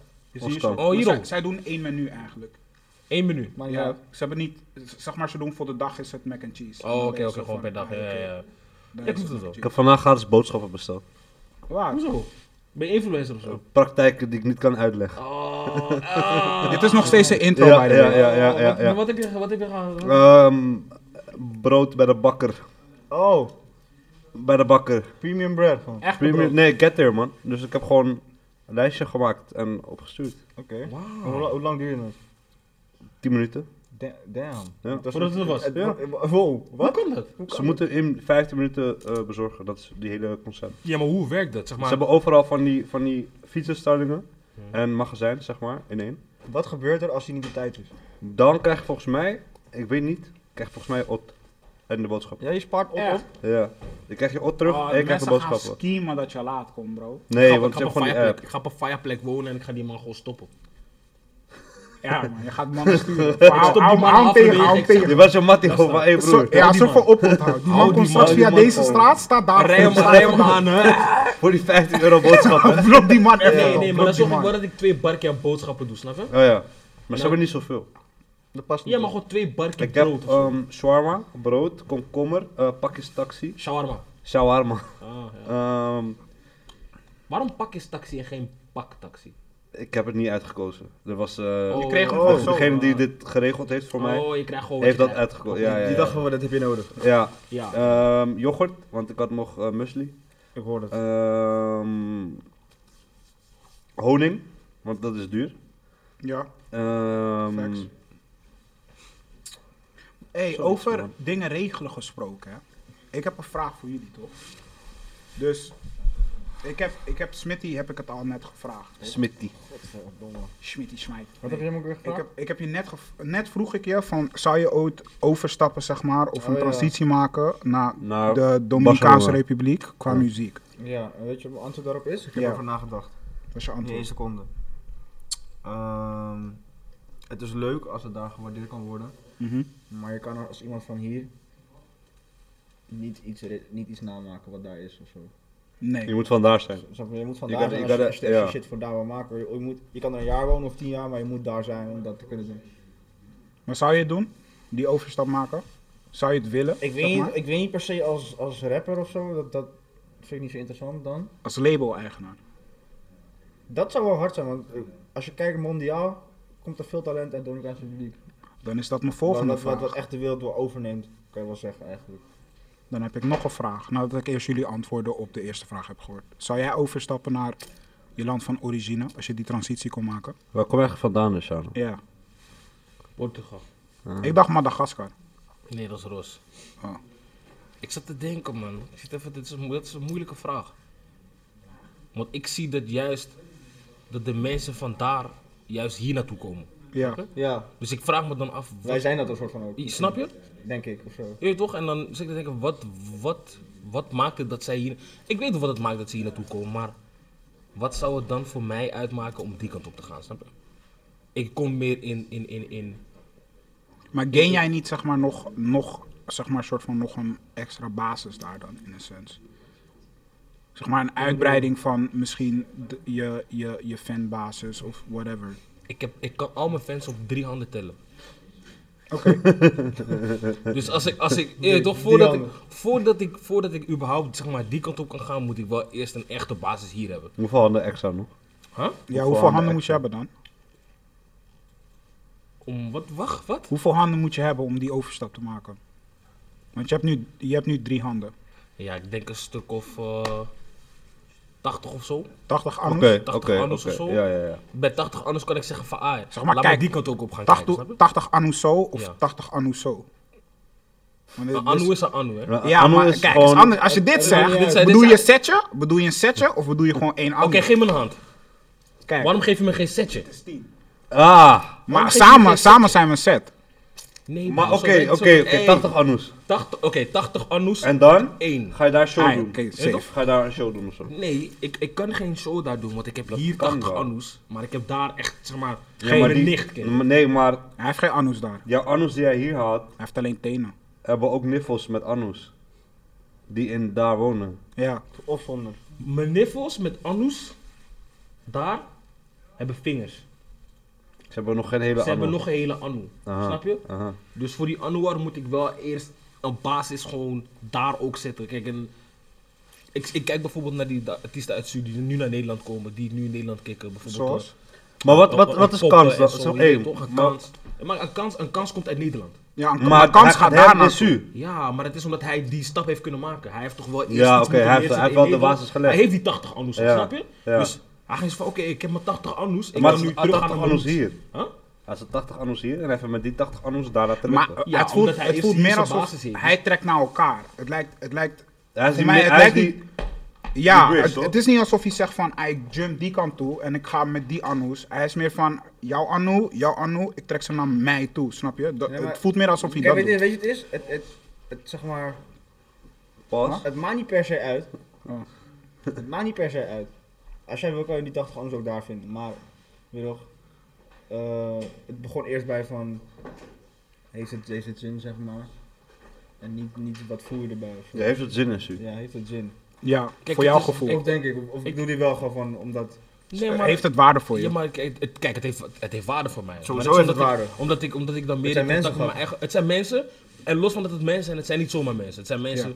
Oscar. Oh, hierom. Zij, zij doen één menu eigenlijk. Eén menu. Maar Ja, ja. ze hebben niet, z- zeg maar, ze doen voor de dag is het mac and cheese. Oh, oké, oké, gewoon per dag. Ja, ja, ja. Ja, ik doe dat Ik heb vandaag gratis boodschappen besteld. Wow. Hoezo? Ben je influencer of zo? Praktijken die ik niet kan uitleggen. Oh, Dit is nog steeds een intro, Ja, by the ja, way. ja, ja, ja, ja. Wat heb je, wat heb je gehaald? Ehm, brood bij de bakker. Oh, Bij de bakker. premium bread gewoon. Echt, Premier- bro. nee, get there man. Dus ik heb gewoon een lijstje gemaakt en opgestuurd. Eh, Oké. En Hoe Wauw. la- hoe lang duurde het? 10 minuten. Da- Damn. Ja. Dat is Voordat het er was. Het- Ja. Wow, Hoe wat? kan dat? Hoe Ze kan moeten in 15 minuten eh, bezorgen. Dat is die hele concept. Ja, maar hoe werkt dat? Zeg Ze maar, hebben overal van die, van die fietsenstallingen en magazijns, zeg maar, in één. dat? Wat gebeurt er als hij niet op tijd is? Dan krijg je volgens mij, ik weet niet, krijg je volgens mij ot. En de boodschap. Ja, je spaart op Echt? op. Ja. Ik krijg je ot terug Oh, en ik krijg de mensen gaan boodschappen. schemen dat je laat komt, bro. Nee, ik ga op- want ik ga op ze hebben een gewoon die fireplek- app. Ik ga op een fireplek wonen en ik ga die man gewoon stoppen. Ja, man, je gaat mannen sturen. Hou- stop die Hou man hou hem af tegen, en hou hem ik zeg- tegen. Je was een mattie gewoon van één Zo- broer. Ja, die zo man. voor oponthoud. Die Hou man die komt straks man. via Hou die deze man straat, staat daar. Rij hem, Staat rij hem daar. aan, hè? Voor die 15 euro boodschappen. oh Drop die man even. Nee, nee, maar Drop dan die zorg ik wel man. dat ik twee barkie aan boodschappen doe, snap je? Oh ja. Maar ze hebben niet zoveel. Dat past niet. Ja, maar gewoon twee barkie Ik heb brood. of zo. ehm shawarma, brood, komkommer, eh pakjes taxi, Shawarma. shawarma. Ah, ja. Ehm, Waarom pak is taxi en geen paktaxi? ik heb het niet uitgekozen. Er was eh, Oh. Kreeg hem Oh, gewoon zo. degene die dit geregeld heeft voor mij. Oh, je krijgt gewoon wat Heeft je dat krijgt. uitgekozen? Ja, ja, Die ja. dacht gewoon, dat heb je nodig. Ja. Ja. Ehm, yoghurt, want ik had nog eh, muesli. Ik hoor dat. Ehm, honing, want dat is duur. Ja. Ehm, Facts. Hey, over dingen regelen gesproken. hè. Ik heb een vraag voor jullie, toch? Dus, ik heb, ik heb Smitty heb ik het al net gevraagd. toch? Smitty. Smitty Smijt. Wat Nee. heb je hem ook weer ik gevraagd? heb, ik heb je net, gev- net vroeg ik je van, zou je ooit overstappen, zeg maar, of Oh, een ja. transitie maken naar Nou, de Dominicaanse Barcelona. Republiek qua Ja. muziek? Ja, en weet je wat mijn antwoord daarop is? Ik heb Ja. erover nagedacht. Dat is je Niet één antwoord. seconde. Ehm, het is leuk als het daar gewaardeerd kan worden. Mhm. Maar je kan er als iemand van hier niet iets, re- niet iets namaken wat daar is of zo. Je Nee. moet vandaar zijn. Snap je? Je moet Je vandaag kan- zijn je als kan je, er- als je extra ja. shit voor daar wil maken. Je, je moet, je kan er een jaar wonen of tien jaar, maar je moet daar zijn om dat te kunnen doen. Maar zou je het doen? Die overstap maken? Zou je het willen? Ik zeg weet, niet, maar? ik weet niet per se als, als rapper of zo, dat, dat vind ik niet zo interessant dan. Als label-eigenaar. Dat zou wel hard zijn, want eh, als je kijkt mondiaal, komt er veel talent uit de Dominicaanse Republiek. Dan is dat mijn Wat, volgende wat, vraag. wat, wat echt de wereld wel overneemt, kan je wel zeggen eigenlijk. Dan heb ik nog een vraag. Nadat ik eerst jullie antwoorden op de eerste vraag heb gehoord. Zou jij overstappen naar je land van origine als je die transitie kon maken? Waar kom je eigenlijk vandaan, Shano? Ja. Portugal. Uh-huh. Ik dacht Madagaskar. Nee, dat is Ros. Ah. Oh. Ik zat te denken, man. Ik zit even, dit is, een mo- dat is een moeilijke vraag. Want ik zie dat juist dat de mensen vandaar juist hier naartoe komen. Ja. Ja, Dus ik vraag me dan af. wat- wij zijn dat een soort van ook. I- Snap je? Denk ik of zo. Je weet toch? En dan zit ik te denken, wat, wat, wat maakt het dat zij hier. Ik weet wat het maakt dat ze hier naartoe komen, maar wat zou het dan voor mij uitmaken om die kant op te gaan? Snap je? Ik kom meer in. in, in, in Maar gain jij niet zeg maar nog, nog zeg maar soort van nog een extra basis daar dan in een sens? Zeg maar een uitbreiding van misschien de- je, je, je fanbasis of whatever. ik, heb, ik kan al mijn fans op drie handen tellen. Oké. Dus als ik, als ik, eh, toch, voordat, ik, handen. voordat, ik, voordat ik überhaupt zeg maar, die kant op kan gaan, moet ik wel eerst een echte basis hier hebben. Hoeveel handen extra nog? Huh? Ja, Hoeveel hoeveel handen handen moet je hebben dan? Om wat? Wacht, wat? Hoeveel handen moet je hebben om die overstap te maken? Want je hebt nu, je hebt nu drie handen. Ja, ik denk een stuk of eh 80 of zo. 80 anus. Oké, tachtig oké, anus of oké. zo. Ja, ja, ja. Bij 80 anders kan ik zeggen van ah, Zeg maar, laat kijk, die kant ook op gaan kijken. 80, Snap je? 80 anus zo of Ja. 80 anus zo? Want dit- Een dit is- anu is een anu, hè? Maar ja, Anu maar is kijk, gewoon- is anders. als je dit zegt, dit zijn- bedoel dit je een setje? Bedoel je een setje of bedoel je gewoon één Oké, anu? geef me een hand. Kijk, Waarom geef je me geen setje? Ah, maar geef je me samen, geen samen zijn we een set. Nee, maar bro, zo oké, werkt- zo oké, werkt- oké, Hey, 80 anus. 80 Oké, 80 anus. En dan één. ga je daar een show Ah, doen. oké, Of safe. ga je daar een show doen of zo. Nee, ik, ik kan geen show daar doen, want ik heb hier kan 80 wel. anus. Maar ik heb daar echt, zeg maar, Ja, maar geen die- Mm. nicht, kind. M- Nee, maar Hij heeft geen anus daar. Hij jouw anus die jij hier had, heeft alleen tenen. hebben ook niffels met anus. Die in daar wonen. Ja. Of zonder. Mijn niffels met anus, daar, hebben vingers. Ze hebben nog geen hele Ze anus. hebben nog een hele anu. Aha, Snap je? aha. Dus voor die anuar moet ik wel eerst een basis gewoon daar ook zetten. Kijk, en ik, ik kijk bijvoorbeeld naar die da- artiesten uit Studie die nu naar Nederland komen, die nu in Nederland kicken. Bijvoorbeeld, Zoals? eh, Maar wat, wat, Toppen wat en is Poppen kans? en Dat, zo, zo, je hey, weet toch, een maar, kans. Maar een kans, een kans komt uit Nederland. Ja, een, maar een kans hij- gaat hij daar heeft naartoe. su. Ja, maar het is omdat hij die stap heeft kunnen maken. Hij heeft toch wel eerst Ja, iets oké, moeten hij heeft- neerzetten hij in heeft wel de Nederland. basis gelegd. Hij heeft die 80 anus, Ja, snap je? ja. Dus hij ging van, oké, ik heb mijn 80 anus. Ik Maar kan het nu is terug 80 aan mijn anus roots. hier. Huh? Hij zat 80 anus hier en even met die 80 anus daar laten Maar liggen. Ja, het voelt, omdat hij het eerst voelt hier meer zijn alsof basis heeft. hij trekt naar elkaar. Het lijkt, het lijkt Hij is die, voor mij, mi- het hij is lijkt die, Ja, Die bridge, het, toch? het is niet alsof hij zegt van ah, ik jump die kant toe en ik ga met die anus. Hij is meer van jouw anu, jouw anu, ik trek ze naar mij toe, snap je? Dat, Ja, maar- het voelt meer alsof hij Kijk, dat weet je, doet. weet je het is? Het, het, het, zeg maar, pas. het maakt niet per se uit. Oh. Het maakt niet per se uit. Als jij wil kan je die 80 anders ook daar vinden, maar, weet je toch, eh, het begon eerst bij van, heeft het, heeft het zin, zeg maar. En niet, niet wat voel je erbij of zo. Ja, heeft het zin in Su. Ja, heeft het zin. Ja, Kijk, voor jouw het is- gevoel. Ik- Of denk ik, of, of ik doe die wel gewoon van, omdat... Nee, Heeft het waarde voor je? Ja, maar kijk, het, kijk, het, heeft, het heeft waarde voor mij. Sowieso Maar dat is heeft het omdat ik- waarde. omdat, ik, omdat ik dan meer zijn in contact mensen met mijn eigen... Het zijn mensen, en los van dat het mensen zijn, het zijn niet zomaar mensen. Het zijn mensen...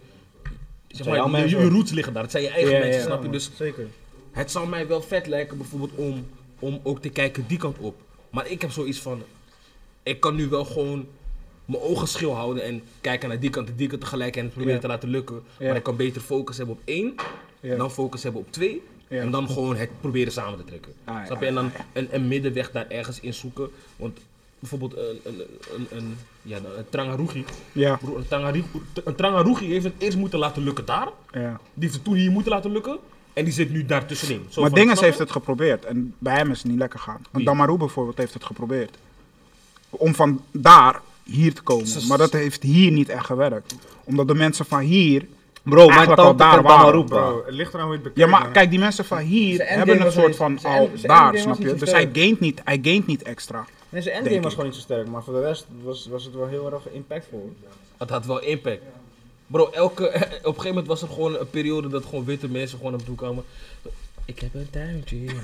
Zeg jouw maar, je, mensen. je roots liggen daar, het zijn je eigen Ja, mensen, ja. snap je? Dus Zeker. het zou mij wel vet lijken bijvoorbeeld om, om ook te kijken die kant op. Maar ik heb zoiets van... Ik kan nu wel gewoon mijn ogen schil houden en kijken naar die kant en die kant tegelijk en het proberen Ja. te laten lukken. Ja. Maar ik kan beter focus hebben op één, Ja. dan focus hebben op twee Ja. en dan gewoon het proberen samen te trekken. Ah, ja, Snap je? En dan een, een middenweg daar ergens in zoeken. Want bijvoorbeeld eh, een, een, een, een, ja, een Trangarugi. Ja, Broer, Een Trangarugi, een Trangarugi heeft het eerst moeten laten lukken daar. ja. Die heeft het toen hier moeten laten lukken. En die zit nu daartussenin. Zo maar van, Dinges snap je? heeft het geprobeerd en bij hem is het niet lekker gaan. Wie? Een Damaru bijvoorbeeld heeft het geprobeerd. Om van daar hier te komen. Ze- Maar dat heeft hier niet echt gewerkt. Omdat de mensen van hier Bro, mijn eigenlijk al tante daar kan waren. Damaru, Bro, bro. het ligt eraan hoe je het bekijkt. Ja, maar man. kijk, die mensen van hier Zijn hebben endgame een was soort niet- van zijn al end- zijn daar, endgame snap was niet je? zo Dus hij sterk. gaint niet, hij gaint niet extra. Nee, zijn Denk endgame was ik. gewoon niet zo sterk, maar voor de rest was, was het wel heel erg impactvol. Het had wel impact. Bro, elke, op een gegeven moment was er gewoon een periode dat gewoon witte mensen gewoon naar me toe kwamen. Ik heb een tuintje hier.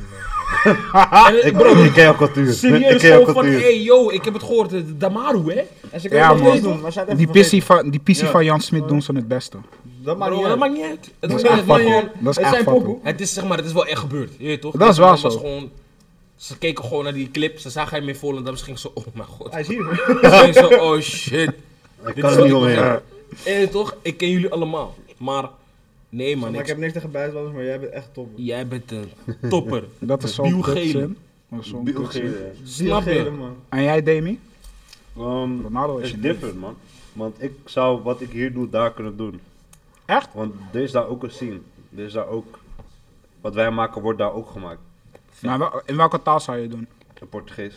man. En, Ik, bro, ik ken jouw cultuur. ik serieus ken jouw gewoon van, cultuur. hey yo, ik heb het gehoord, eh, Damaru hè? En Ja, ze kunnen het nog man. steeds doen, maar ze hadden Die even pissie van, die pissie van Jan Smit doen ze het beste. vergeten. Dat maakt Bro, niet dat uit. maakt niet uit. Het Dat is was- echt het was fucking. gewoon- Dat is het echt zijn fucking. pokoe. Het is zeg maar, het is wel echt gebeurd. Je weet toch? Dat is wel Het was zo. gewoon- ze keken gewoon naar die clip, ze zagen hem in Volendam, ze gingen zo, oh mijn god. Hij is hier. Ze gingen zo, oh shit. Ik Dit kan is er niet wat ik omheen. wil hebben. Je weet Eh, toch? Ik ken jullie allemaal. Maar, nee man, Maar ik ik, heb niks tegen buitenlanders, maar jij bent echt top. jij bent een topper. Dat is zo'n Bielgele. kutzin. Dat is eh, zo'n kutzin. Bielgele. Snap Gele, je? man. En jij, Demi? Ehm, Ronaldo Het is je is neef. different, man. Want ik zou wat ik hier doe, daar kunnen doen. Echt? Want er is daar ook een scene. Er is daar ook... Wat wij maken, wordt daar ook gemaakt. Maar wel- in welke taal zou je doen? In Portugees.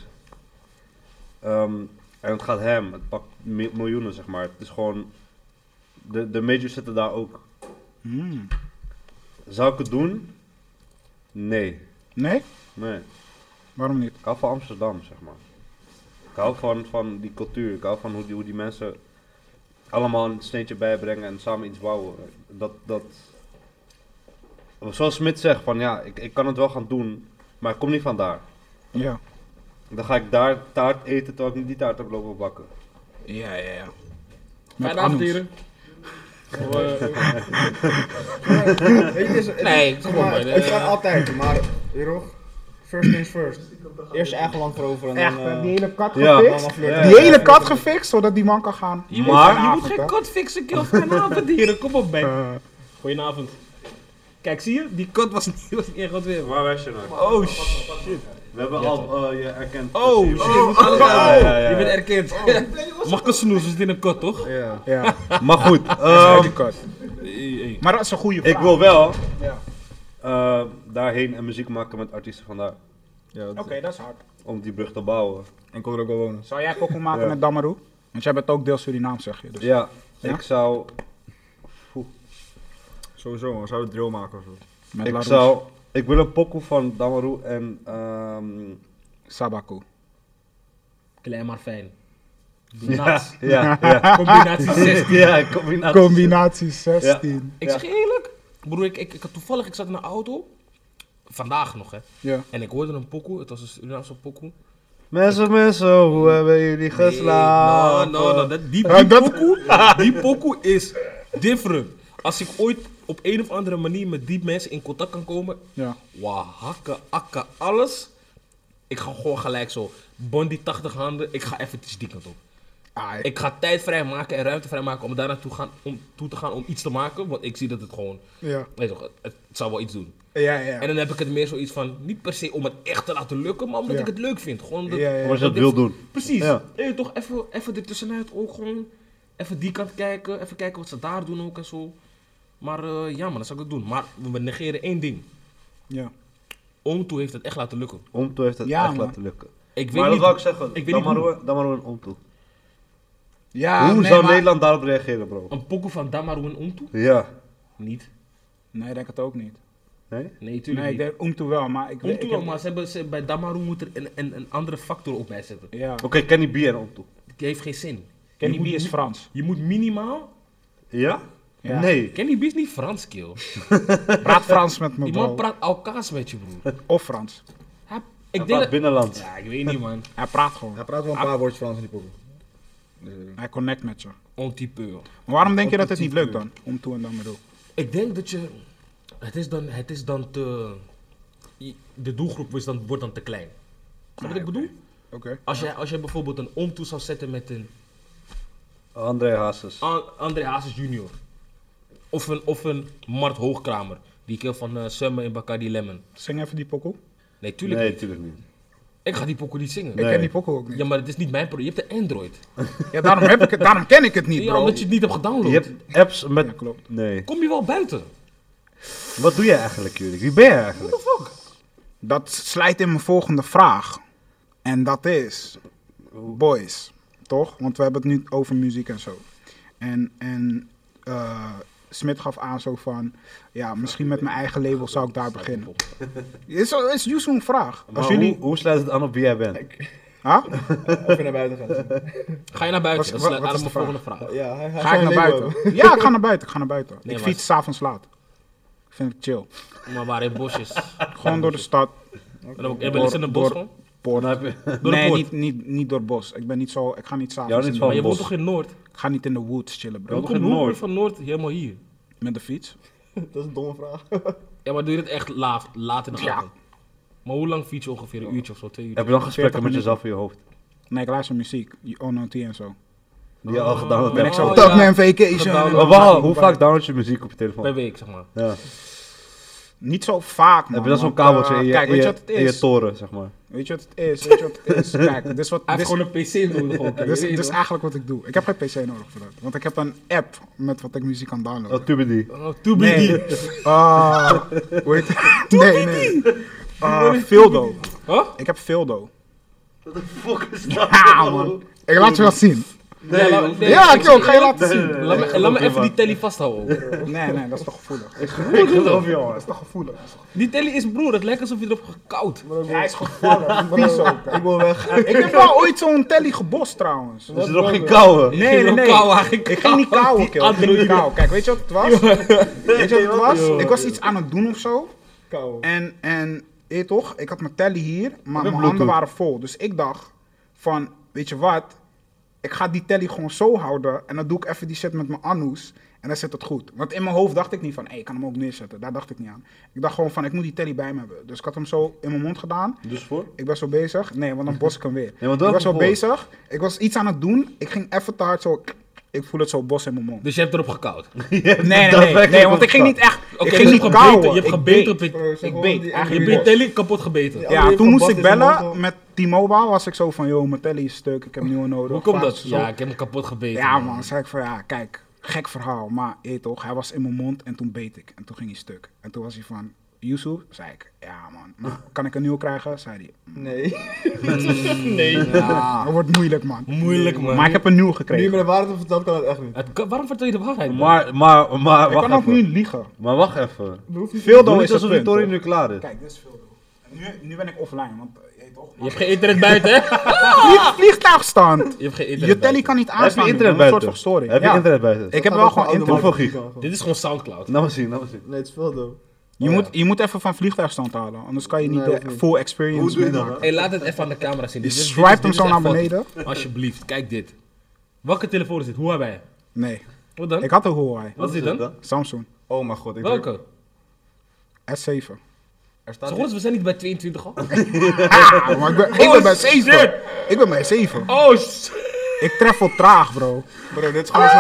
Ehm, en het gaat hem. Het pakt mi- miljoenen, zeg maar. Het is gewoon... De, de majors zitten daar ook. Hmm. Zou ik het doen? Nee. Nee? Nee. Waarom niet? Ik hou van Amsterdam, zeg maar. Ik hou van, van die cultuur. Ik hou van hoe die, hoe die mensen allemaal een steentje bijbrengen en samen iets bouwen. Dat, dat... Zoals Smit zegt, van ja, ik, ik kan het wel gaan doen, maar ik kom niet van daar. Ja. Dan ga ik daar taart eten terwijl ik niet die taart heb lopen bakken. Ja, ja, ja. Met Fijne avond, anus. heren. Of, eh, Weet je, het is, het Nee, is- kom maar maar, het eh. kan altijd, maar, weet je toch? First things first. Eerst je eigen land veroveren en Echt, dan... hè, eh, die hele kat Ja. dan gefixt. dan flirten. Ja. Die hele kat gefixt, zodat die man kan gaan. Je moet, Maar- je moet Vanavond, geen hè. kot fixen, kill. Goedenavond, heren. Kom op, bij. Eh, Goedenavond. Kijk, zie je? Die kot was niet, was niet echt goed weer. Waar was je nou? Oh, shit. We hebben al eh, je erkend. Oh, shit. Je moet alles ja, oh, ja, ja. Je bent erkend. Mag ik een snoes? We zitten in een kot, toch? Ja. Ja, Maar goed, uit ehm, die kat. Hey, hey. Um, Maar dat is een goede vraag. ik wil wel Ja. eh, daarheen en muziek maken met artiesten vandaar. Ja, Oké, dat is hard. Om die brug te bouwen. En kon er ook wel wonen. Zou jij koppel maken Ja. met Damaru? Want jij bent ook deels Surinaam, zeg je. Dus. Ja, Ja? ik zou. Sowieso man, zouden drill maken of zo. Met Ik Larousse, zou. Ik wil een pokoe van Damaru en. ehm, Sabaku. Klein maar fijn. Nats. ja, ja. Combinatie 16. ja, een combinatie. Combinatie 16. Ik zeg je eerlijk, broer, ik, ik, ik had toevallig, ik zat in een auto. Vandaag nog, hè. Ja. En ik hoorde een pokoe. Het was een Surinaamse pokoe. Mensen, mensen, hoe hebben jullie geslapen? Nee, no, no, no, dat, die, Ja, die, dat- pokoe, die pokoe is different. Als ik ooit op een of andere manier met die mensen in contact kan komen, Ja. wa hakken, akken, alles. Ik ga gewoon gelijk zo, bond die 80 handen, ik ga eventjes die kant op. Ah, Ik ga tijd vrijmaken en ruimte vrijmaken om daar naartoe gaan, om, toe te gaan om iets te maken, want ik zie dat het gewoon, ja. weet je toch, het, het zou wel iets doen. Ja, ja. En dan heb ik het meer zoiets van, niet per se om het echt te laten lukken, maar omdat Ja. ik het leuk vind. Gewoon omdat, Ja, ja, ja. Als je dat wil doen. Precies. Ja. Eh, toch even, even er tussenuit ook gewoon. Even die kant kijken. Even kijken wat ze daar doen ook en zo. Maar eh, ja man, dat zou ik dat doen. Maar we negeren één ding. ja. Omtoe heeft het echt laten lukken. Omtoe heeft het Ja, echt man. laten lukken. Ik weet maar dat niet. wil ik zeggen, weet ik niet Damaru, Damaru en Omtoe. Ja, hoe nee, zou maar- Nederland daarop reageren, bro? Een pokoe van Damaru en Omtoe? Ja. Niet. Nee, ik denk het ook niet. Nee? Nee, tuurlijk Nee, ik niet. denk Umtu wel, maar ik Omtoe ik wel, maar ze hebben, ze, bij Damaru moet er een, een, een andere factor op bij zetten. Ja. Oké, Kenny B en Omtoe. Die heeft geen zin. Kenny Je B moet is mi- Frans. Je moet minimaal... Ja? Ja. Nee. Kenny B is niet Frans, kill. Praat Frans met me, Die bro. man praat Alkaas met je, broer. Of Frans. Hij- Ik ik denk dat... binnenland. Ja, ik weet niet, man. Hij praat gewoon. Hij praat wel een paar woordjes Frans in die pokoe. Hij connect met je. Ontypeur. Maar waarom denk je dat het niet lukt dan? Umtu en Damaru. Ik denk dat je. Het is dan, het is dan te. je- De doelgroep is dan, wordt dan te klein. Snap je wat ik bedoel? Ah, Oké. Als jij, als jij bijvoorbeeld een omtoe zou zetten met een André Hazes. An- André Hazes junior. Of een, of een Mart Hoogkramer. Die keer van eh Summer in Bacardi Lemon. Zing even die pokoe. Nee, tuurlijk nee, niet. tuurlijk niet. Ik ga die pokoe niet zingen. Ik Nee. ken die pokoe ook Ja, niet. maar het is niet mijn probleem. Je hebt een Android. Ja, daarom, heb ik het, daarom ken ik het niet, Ja, bro. omdat je het niet hebt gedownload. Je hebt apps met... Ja, klopt. Nee. Kom je wel buiten? Wat doe je eigenlijk, jullie? Wie ben je eigenlijk? What the fuck? Dat slijt in mijn volgende vraag. En dat is... Boys. Toch? Want we hebben het nu over muziek en zo. En, en eh, Smit gaf aan zo van... Ja, misschien met mijn eigen label zou ik daar beginnen. Is, is Yusu een vraag? Maar Als hoe- jullie... hoe, sluit het aan op wie jij bent? Huh? Of je naar buiten gaat. Ga je Wat- naar buiten? Dat wat- sluit wat aan is op mijn de volgende vraag. Ja, hij hij Ga ik zou naar een label buiten? Ja, ik ga naar buiten. Ik ga naar buiten. Nee, ik maar- fiets s'avonds laat. Ik vind het chill. Maar waar in bosjes? Gewoon door de stad. En dan- Hebben jullie in een bos door- gewoon? Poort. Dan heb je- Door de nee, poort. niet, niet, niet door het bos. Ik ben niet zo... Ik ga niet Ja, s'avonds... niet in de- van- Maar je woont bos. toch in Noord? Ik ga niet in de woods chillen, bro. Ook Hoe in hoe kom je Noord. van Noord helemaal hier? Met de fiets. Dat is een domme vraag. Ja, maar doe je dat echt laat, laat in de Ja. avond? Maar hoe lang fiets je ongeveer? Een uurtje of zo? Twee uur? Heb je dan gesprekken 40 met jezelf in je hoofd? Nee, ik luister muziek. ONT en zo. Die je al gedownload Ben Ben ik ik hebt? zo- zo... Oh, ja. Tugman Vacation. Gedownload. Maar wacht, hoe vaak download je muziek op Per je telefoon? week, zeg maar. Ja. Niet zo vaak, man. Heb je dan zo'n want, eh, kabeltje in je, Kijk, in weet je je- wat het in je is? toren, zeg maar? Weet je wat het is? Weet je wat het is? Kijk, dit is wat... Hij Dit heeft is, gewoon een PC nodig ook. hè, dit is- je weet dit is toch? eigenlijk wat ik doe. Ik heb geen pc nodig voor dat. Want ik heb een app met wat ik muziek kan downloaden. Oh, TubeD. Oh, to be Nee. deep. Ah, hoe heet het? Nee, nee. Ah, Fildo. Huh? Ik heb Fildo. Wat de fuck is Ja, man. Ik laat je wel zien. Ja, la- nee, Ja, ik- ik wil- ga je ik- laten Nee, zien. nee, nee. Laat me, laat me even die telly vasthouden. ook. Nee, nee, dat is toch gevoelig. Dat Ik geloof je, man. is toch gevoelig. Die telly is broer, het lijkt alsof je erop gekauwd. Hij is gevallen. Pies ook. Ik wil weg. Ik heb wel ooit zo'n telly gebost trouwens. Is er nog geen kouwen? Nee, nee, nee. Kauwen, hij ging Ik ging niet kauwen, kauwen, die kill. Ik ging niet androïde. kauwen. Kijk, weet je wat het was? Weet je wat het was? Ik was iets aan het doen of zo. Kou. En, en eh, toch, ik had mijn telly hier, maar Met mijn handen Bluetooth. waren vol. Dus ik dacht van, weet je wat, ik ga die telly gewoon zo houden en dan doe ik even die shit met mijn anus. En En dan zit het goed. Want in mijn hoofd dacht ik niet van, hey, ik kan hem ook neerzetten. Daar dacht ik niet aan. Ik dacht gewoon van, ik moet die telly bij me hebben. Dus ik had hem zo in mijn mond gedaan. Dus voor? Ik ben zo bezig. Nee, want dan bos ik hem weer. Nee, want ik dat was zo gevoel. bezig. Ik was iets aan het doen. Ik ging even te hard zo. Ik voel het zo bos in mijn mond. Dus je hebt erop gekauwd. Oké, Nee, nee, nee, nee, want ik ging niet echt. ik dus ging niet je hebt kauwen. gebeten, Je hebt Ik gebeten op beet. je... Ik beet. Je Eigenlijk bent bos. telly kapot gebeten. Ja. Ja, Alleen toen van moest bos ik is een mond bellen wel- met T-Mobile. Was ik zo van, yo, mijn telly is stuk. Ik heb een nieuwe nodig. Hoe komt Vaak dat? zo. Ja, ik heb hem kapot gebeten. Ja, man. zei ik van, ja, kijk, gek verhaal. Maar eet toch, hij was in mijn mond en toen beet ik. En toen ging hij stuk. En toen was hij van, Yusuf? Zei ik, ja, man. Maar kan ik een nieuw krijgen? Zei hij, Nee. ja, dat wordt moeilijk, man. Moeilijk, man. Maar ik heb een nieuw Nu je gekregen. me de waarheid hebt verteld, kan dat echt niet. Het kan- waarom vertel je de waarheid? man? Maar, maar, maar, Ik wacht kan ook even. nu liegen. Maar wacht even. Veel Doe is niet het alsof punt. Victoria hoor. nu klaar is. Kijk, dit is veel. Nu, nu ben ik offline, want eh, je weet toch? Je hebt geen internet buiten, hè? Vlieg- vliegtuigstand! Je hebt geen internet Je telly buiten. kan niet Heb aanstaan. je nu, internet want het is Een soort van storing. buiten? Heb je Ja. internet buiten? Ik heb wel gewoon internet. Hoeveel gig? Dit is gewoon Soundcloud. Laat maar zien, laat maar zien. Nee, het is veel dood. Je, Oh, moet, je moet even van vliegtuigstand halen, anders kan je niet Nee, dat de niet. full experience Hoe doe je dat, meemaken. Hey, laat het even aan de camera zien. Je Dit is- dit is- swipe hem dit is zo echt naar fout. beneden. Alsjeblieft, kijk dit. Welke telefoon is dit? Hoe hebben wij? Nee, Wat dan? ik had een Huawei. Wat is dit dan? Samsung Oh mijn god, ik druk- Welke? S7. Er staat Zo goed als we zijn niet bij 22 al. Ah, maar ik ben, ik ben bij Oh, shit. 7. Ik ben bij 7. Oh, s- Ik treffel traag, bro. Ah. Bro, dit is gewoon zo...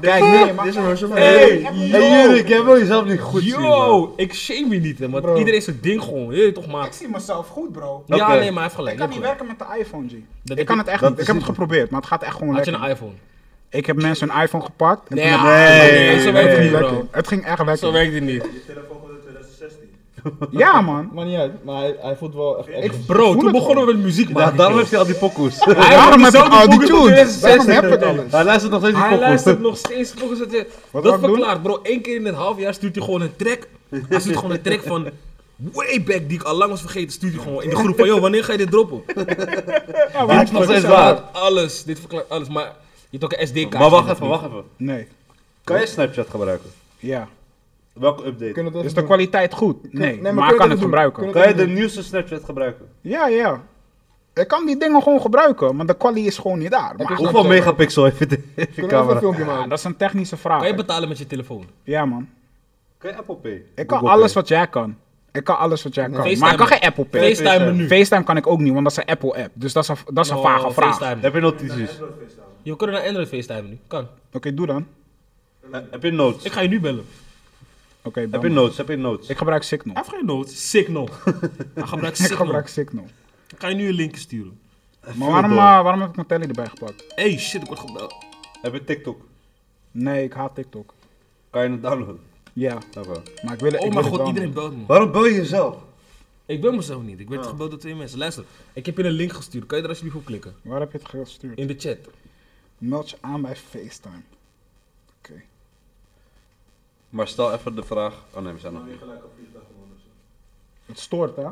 Kijk, nee, maar... Dit is gewoon zo van... Hey, Hey Jurik, jij wil jezelf niet goed zien. man. yo, ik shame je niet, hè, want iedereen is een ding gewoon. Je weet toch, Ik maat. zie mezelf goed, bro. Ja, Oké. nee, maar hij heeft gelijk. Ik kan hij niet heeft gelijk. werken met de iPhone, G. Dat Ik kan het echt dat niet. Ik is heb het niet- geprobeerd, maar het gaat echt gewoon Had je lekker. een iPhone? Ik heb mensen een iPhone gepakt. En Nee, toen ah, heb Nee, nee, zo nee, werkt het het niet, ging bro. lekker. Het ging echt Zo lekker. werkt het niet. Je telefoon komt uit 2016. Ja, man. Maar niet uit, maar hij, hij voelt wel echt... Ik- Bro, voel toen het begonnen we met muziek, Ja, maken. daarom heeft hij al die pokoes. Daarom heb ik al die tunes. Daarom tunes. heb ik alles. Hij luistert nog steeds die Hij pokoes. luistert nog steeds volgens het. wou dat ik doen? verklaart, bro. Eén keer in het half jaar stuurt hij gewoon een track. Hij stuurt gewoon een track van. Way back, die ik al lang was vergeten, stuurt hij gewoon in de groep van: joh, wanneer ga je dit droppen? Hij is nog steeds waar. Verklaart alles, dit verklaart alles, maar je hebt ook een SD-kaart. Maar wacht even, wacht even. Nee. Kan je Snapchat gebruiken? Ja. Welke update? Kunnen we het Is even de kwaliteit goed? Nee, maar maar kun ik kan je dat het doen? gebruiken. Kan je de nieuwste Snapchat gebruiken? Ja, ja. Ik kan die dingen gewoon gebruiken, maar de kwaliteit is gewoon niet daar. Maar Hoeveel megapixel heeft de- heeft je doen? Kunnen we even een camera? filmpje ja, maken? dat is een technische vraag. Kan je betalen met je telefoon? Ja, man. Kan je Apple Pay? Ik kan Google alles Pay? wat jij kan. Ik kan alles wat jij kan. FaceTime. Maar ik kan geen Apple Pay. FaceTime nu. FaceTime kan ik ook niet, want dat is een Apple-app. Dus dat is een, dat is een Oh, vage vraag. FaceTime. Heb je notities? Je kunt naar Android FaceTime nu. Kan. Oké, doe dan. Eh, Heb je notes? Ik ga je nu bellen. Oké, bel Heb je me. notes? Heb je notes? Ik gebruik Signal. Hij heeft geen nood. Signal. Hij gebruikt Ik Ah, Signal. gebruik Signal. Ik ga je nu een linkje sturen. Maar waarom, door. eh, waarom heb ik mijn telly erbij gepakt? Hey shit, ik word gebeld. Heb je TikTok? Nee, ik haat TikTok. Kan je het downloaden? Nou, Ja, Oké. maar ik wil het Oh ik mijn wil het god, wel, iedereen man. belt me. Waarom bel je jezelf? Ik ben mezelf niet. Ik werd Oh. gebeld door twee mensen. Luister, ik heb je een link gestuurd. Kan je er alsjeblieft op klikken? Waar heb je het gestuurd? In de chat. Meld je aan bij FaceTime. Oké. Maar stel even de vraag. Oh nee, we zijn nog niet. Het stoort, hè?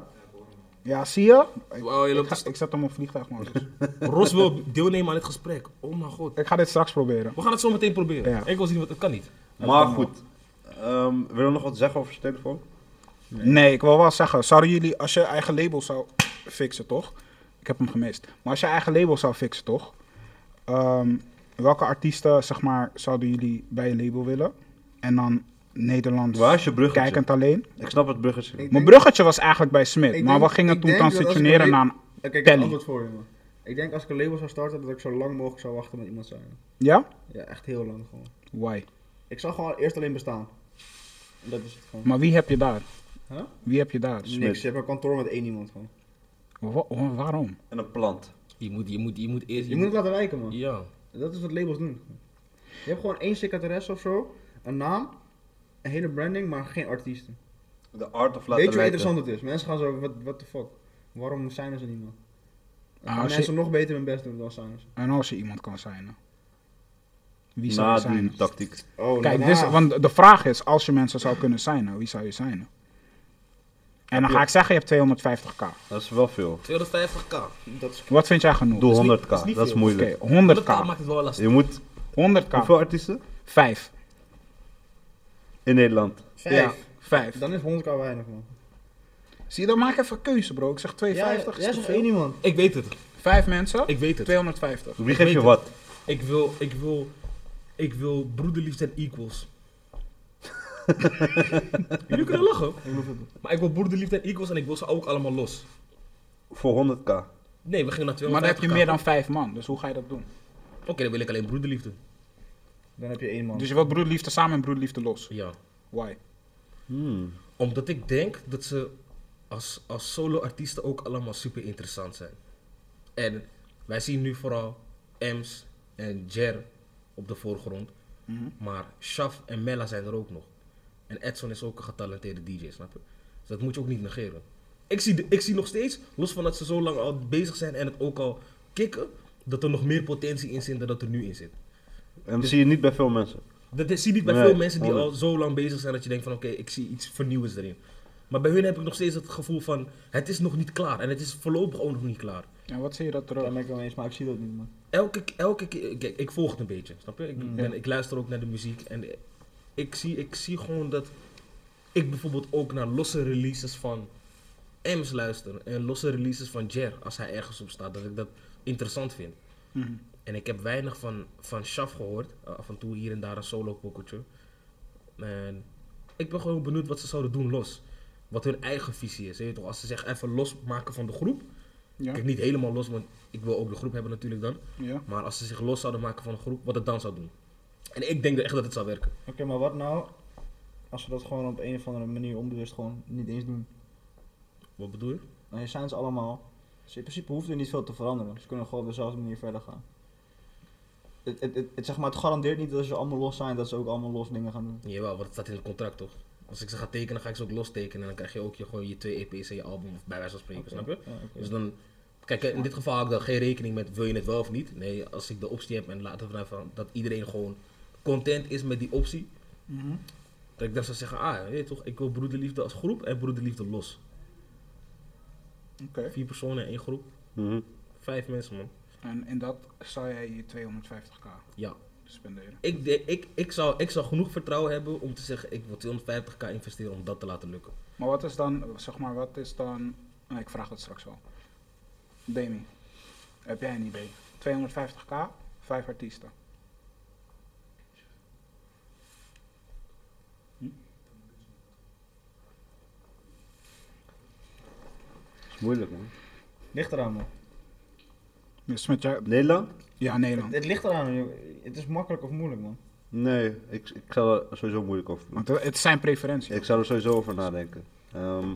Ja, zie je? Ik, Wow, je ik, loopt ga- ik zet hem op vliegtuigmodus. Ros wil deelnemen aan dit gesprek. Oh mijn god. ik ga dit straks proberen. We gaan het zo meteen proberen. Ja. Ik wil zien wat het kan niet. Maar goed. Ehm wil je nog wat zeggen over zijn telefoon? Nee. ik wil wel zeggen, zouden jullie, als je eigen label zou fixen, toch? Ik heb hem gemist. Maar als je eigen label zou fixen, toch? Ehm, welke artiesten, zeg maar, zouden jullie bij je label willen? En dan Nederlands Waar is je bruggetje? kijkend alleen. Ik snap het bruggetje. Mijn bruggetje was eigenlijk bij Smit, Ik maar we denk- gingen ik toen denk dat als ik transitioneren een naar... la- een- Oké, ik heb Telly. een antwoord voor je, man. Ik denk als ik een label zou starten, dat ik zo lang mogelijk zou wachten met iemand zijn. Ja? Ja, echt heel lang gewoon. Why? Ik zou gewoon eerst alleen bestaan. En dat is het gewoon. Maar wie heb je daar? Huh? Wie heb je daar? Niks, je hebt een kantoor met één iemand gewoon. Wa- wa- waarom? En een plant. Je moet, je moet, je moet eerst... Je moet het laten wijken, man. Ja. Dat is wat labels doen. Je hebt gewoon één secretaresse of zo, een naam, een hele branding, maar geen artiesten. De art of Weet laten je hoe interessant lijken. het is? Mensen gaan zo, what, what the fuck? Waarom zijn er zo niemand? Dan Ah, gaan als je- mensen nog beter hun best doen dan zijn ze. En als je iemand kan zijn. Wie zou Na je zijn? die tactiek. Oh, Kijk, daarna. dit is- want de vraag is, als je mensen zou kunnen zijn, wie zou je zijn? En dan ga ik zeggen, je hebt 250k. Dat is wel veel. 250k. Dat is... Wat vind jij genoeg? Doe niet- 100k, dat is niet dat is veel. Oké, moeilijk. 100k 100k. maakt het wel lastig. Je moet. 100k. Hoeveel artiesten? 5. In Nederland. Ja, Vijf. 5. Dan is 100 al weinig, man. Zie je, dan maak ik even keuze, bro. Ik zeg Ja, 250. jij is te zegt veel. één iemand. Ik weet het. 5 mensen, Ik weet het. 250. Wie weet geeft je het. wat? Ik wil, ik wil Ik wil broederliefde en equals. Jullie kunnen lachen. Maar ik wil broederliefde en equals en ik wil ze ook allemaal los. Voor 100k. Nee, we gingen naar 250k. Maar dan heb je meer dan vijf man, dus hoe ga je dat doen? Oké, dan wil ik alleen broederliefde. Dan heb je één man. Dus je wilt broederliefde samen en broederliefde los. Ja. Why? Hmm. Omdat ik denk dat ze als, als solo-artiesten ook allemaal super interessant zijn. En wij zien nu vooral Ems en Jer op de voorgrond. Mhm. Maar Shaf en Mella zijn er ook nog. En Edson is ook een getalenteerde DJ, snap je? Dus dat moet je ook niet negeren. Ik zie, de- ik zie nog steeds, los van dat ze zo lang al bezig zijn en het ook al kicken, dat er nog meer potentie in zit dan dat er nu in zit. En dat zie je niet bij veel mensen. Dat is- zie je niet bij Nee, veel mensen die al honderd. zo lang bezig zijn dat je denkt van oké, ik zie iets vernieuwends erin. Maar bij hun heb ik nog steeds het gevoel van het is nog niet klaar en het is voorlopig ook nog niet klaar. En wat zie je dat er... Daar ben ik het wel eens, maar ik zie dat niet, man. Elke, elke keer, kijk, ik volg het een beetje, snap je? Ik, Mm. ben, ik luister ook naar de muziek en ik zie, ik zie gewoon dat ik bijvoorbeeld ook naar losse releases van Ems luister en losse releases van Jer als hij ergens op staat, dat ik dat interessant vind. Mhm. En ik heb weinig van, van Shaf gehoord. Uh, af en toe hier en daar een solo pokkeltje. En ik ben gewoon benieuwd wat ze zouden doen los. Wat hun eigen visie is. weet je toch? Als ze zich even losmaken van de groep. Ja? Kijk, niet helemaal los, want ik wil ook de groep hebben natuurlijk dan. ja? Maar als ze zich los zouden maken van de groep, wat het dan zou doen. En ik denk echt dat het zou werken. Oké, maar wat nou als we dat gewoon op een of andere manier onbewust gewoon niet eens doen? Wat bedoel je? Dan zijn ze allemaal. Dus in principe hoeft er niet veel te veranderen. Ze kunnen gewoon op dezelfde manier verder gaan. Het, het, het, het, zeg maar, het garandeert niet dat ze allemaal los zijn, dat ze ook allemaal los dingen gaan doen. Jawel, want het staat in het contract toch? Als ik ze ga tekenen, ga ik ze ook los tekenen. En dan krijg je ook je, gewoon je twee EP's en je album, of bij wijze van spreken, snap je? Ja, oké. Dus dan, kijk, in dit geval had ik dan geen rekening met wil je het wel of niet. Nee, als ik de optie heb en laten we ervan dat iedereen gewoon content is met die optie, Mhm. dat ik dan zou zeggen, ah, weet je toch, ik wil broederliefde als groep en broederliefde los. Oké. Vier personen in één groep, Mhm. vijf mensen man. En in dat zou jij je 250k Ja, spenderen. ik, de- ik, ik, zou, ik zou genoeg vertrouwen hebben om te zeggen, ik wil 250k investeren om dat te laten lukken. Maar wat is dan, zeg maar, wat is dan... Nee, ik vraag dat straks wel. Demi, heb jij een idee? 250k, vijf artiesten. is moeilijk man. Ligt eraan, man. Dus met jou... Nederland? Ja, Het, Nederland. het ligt eraan, joh. Het is makkelijk of moeilijk, man. Nee, ik, ik zou er sowieso moeilijk over doen. Want eh, het zijn preferenties. Ik zou er sowieso over nadenken. Ehm,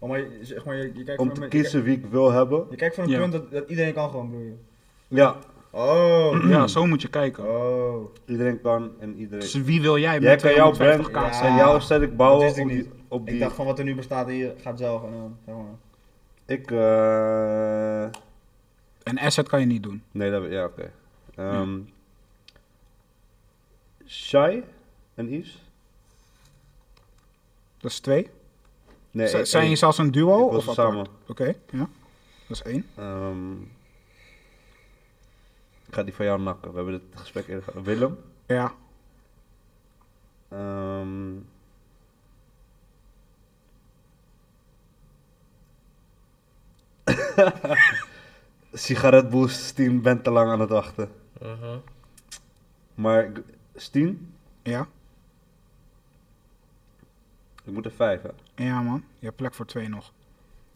Oh, maar je- zeg maar, je, je kijkt om van te een- kiezen wie ik wil hebben. Je kijkt van een Ja. punt dat, dat iedereen kan gewoon broeien. Ja, Oh. Ja, zo moet je kijken. Oh. iedereen kan en iedereen. Dus wie wil jij Jij met kan jouw brand 250k Ja. zijn? en jouw sterk Dat bouwen wist ik op die... niet. Op Ik die dacht van wat er nu bestaat hier gaat zelf en dan, zeg maar. ik eh, Een asset kan je niet doen. Nee, dat... Ja, oké. Ehm Shai en Yves? Dat is twee. Nee, Z- één- zijn je één. zelfs een duo? Ik wil of ze apart? samen. Oké, ja. Dat is één. Ehm, ik ga die van jou nakken. We hebben dit gesprek eerder gehad. Willem. Ja. ehm, Sigaretboost, Steen bent te lang aan het wachten. Mhm. Maar ik- Steen, Ja. ik moet er vijf hè. Ja, man. Je hebt plek voor twee nog.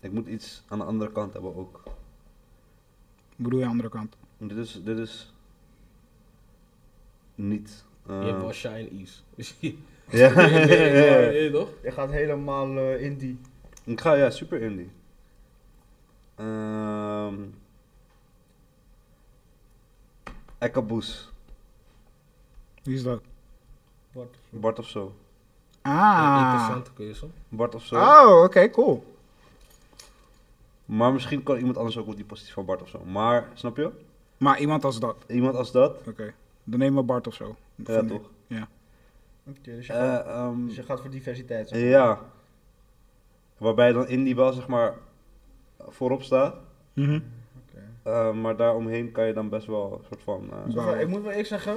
Ik moet iets aan de andere kant hebben ook. Ik bedoel je andere kant? Want Dit is, dit is niet. Je hebt eh, wel Shine Ease. ja, Nee, nee, ja, ja. maar, weet je toch? Je gaat helemaal eh indie. Ik ga, ja, super indie. Ehm Ekkaboes, Wie is dat? Wat? Bart of zo. Een Ah. Interessante keuze. Bart of zo. Oh, oké, cool. Maar misschien kan iemand anders ook op die positie van Bart of zo. Maar, snap je? Maar iemand als dat. Iemand als dat. Oké. Dan nemen we Bart of zo. Ja, Van- toch? Oké, dus, je gaat- Eh, ehm, dus je gaat voor diversiteit. Zeg. ja. Waarbij dan indie wel, zeg maar, voorop staat. Mhm. Eh, maar daaromheen kan je dan best wel een soort van... eh, Ja. Zeg maar, ik moet wel eerlijk zeggen,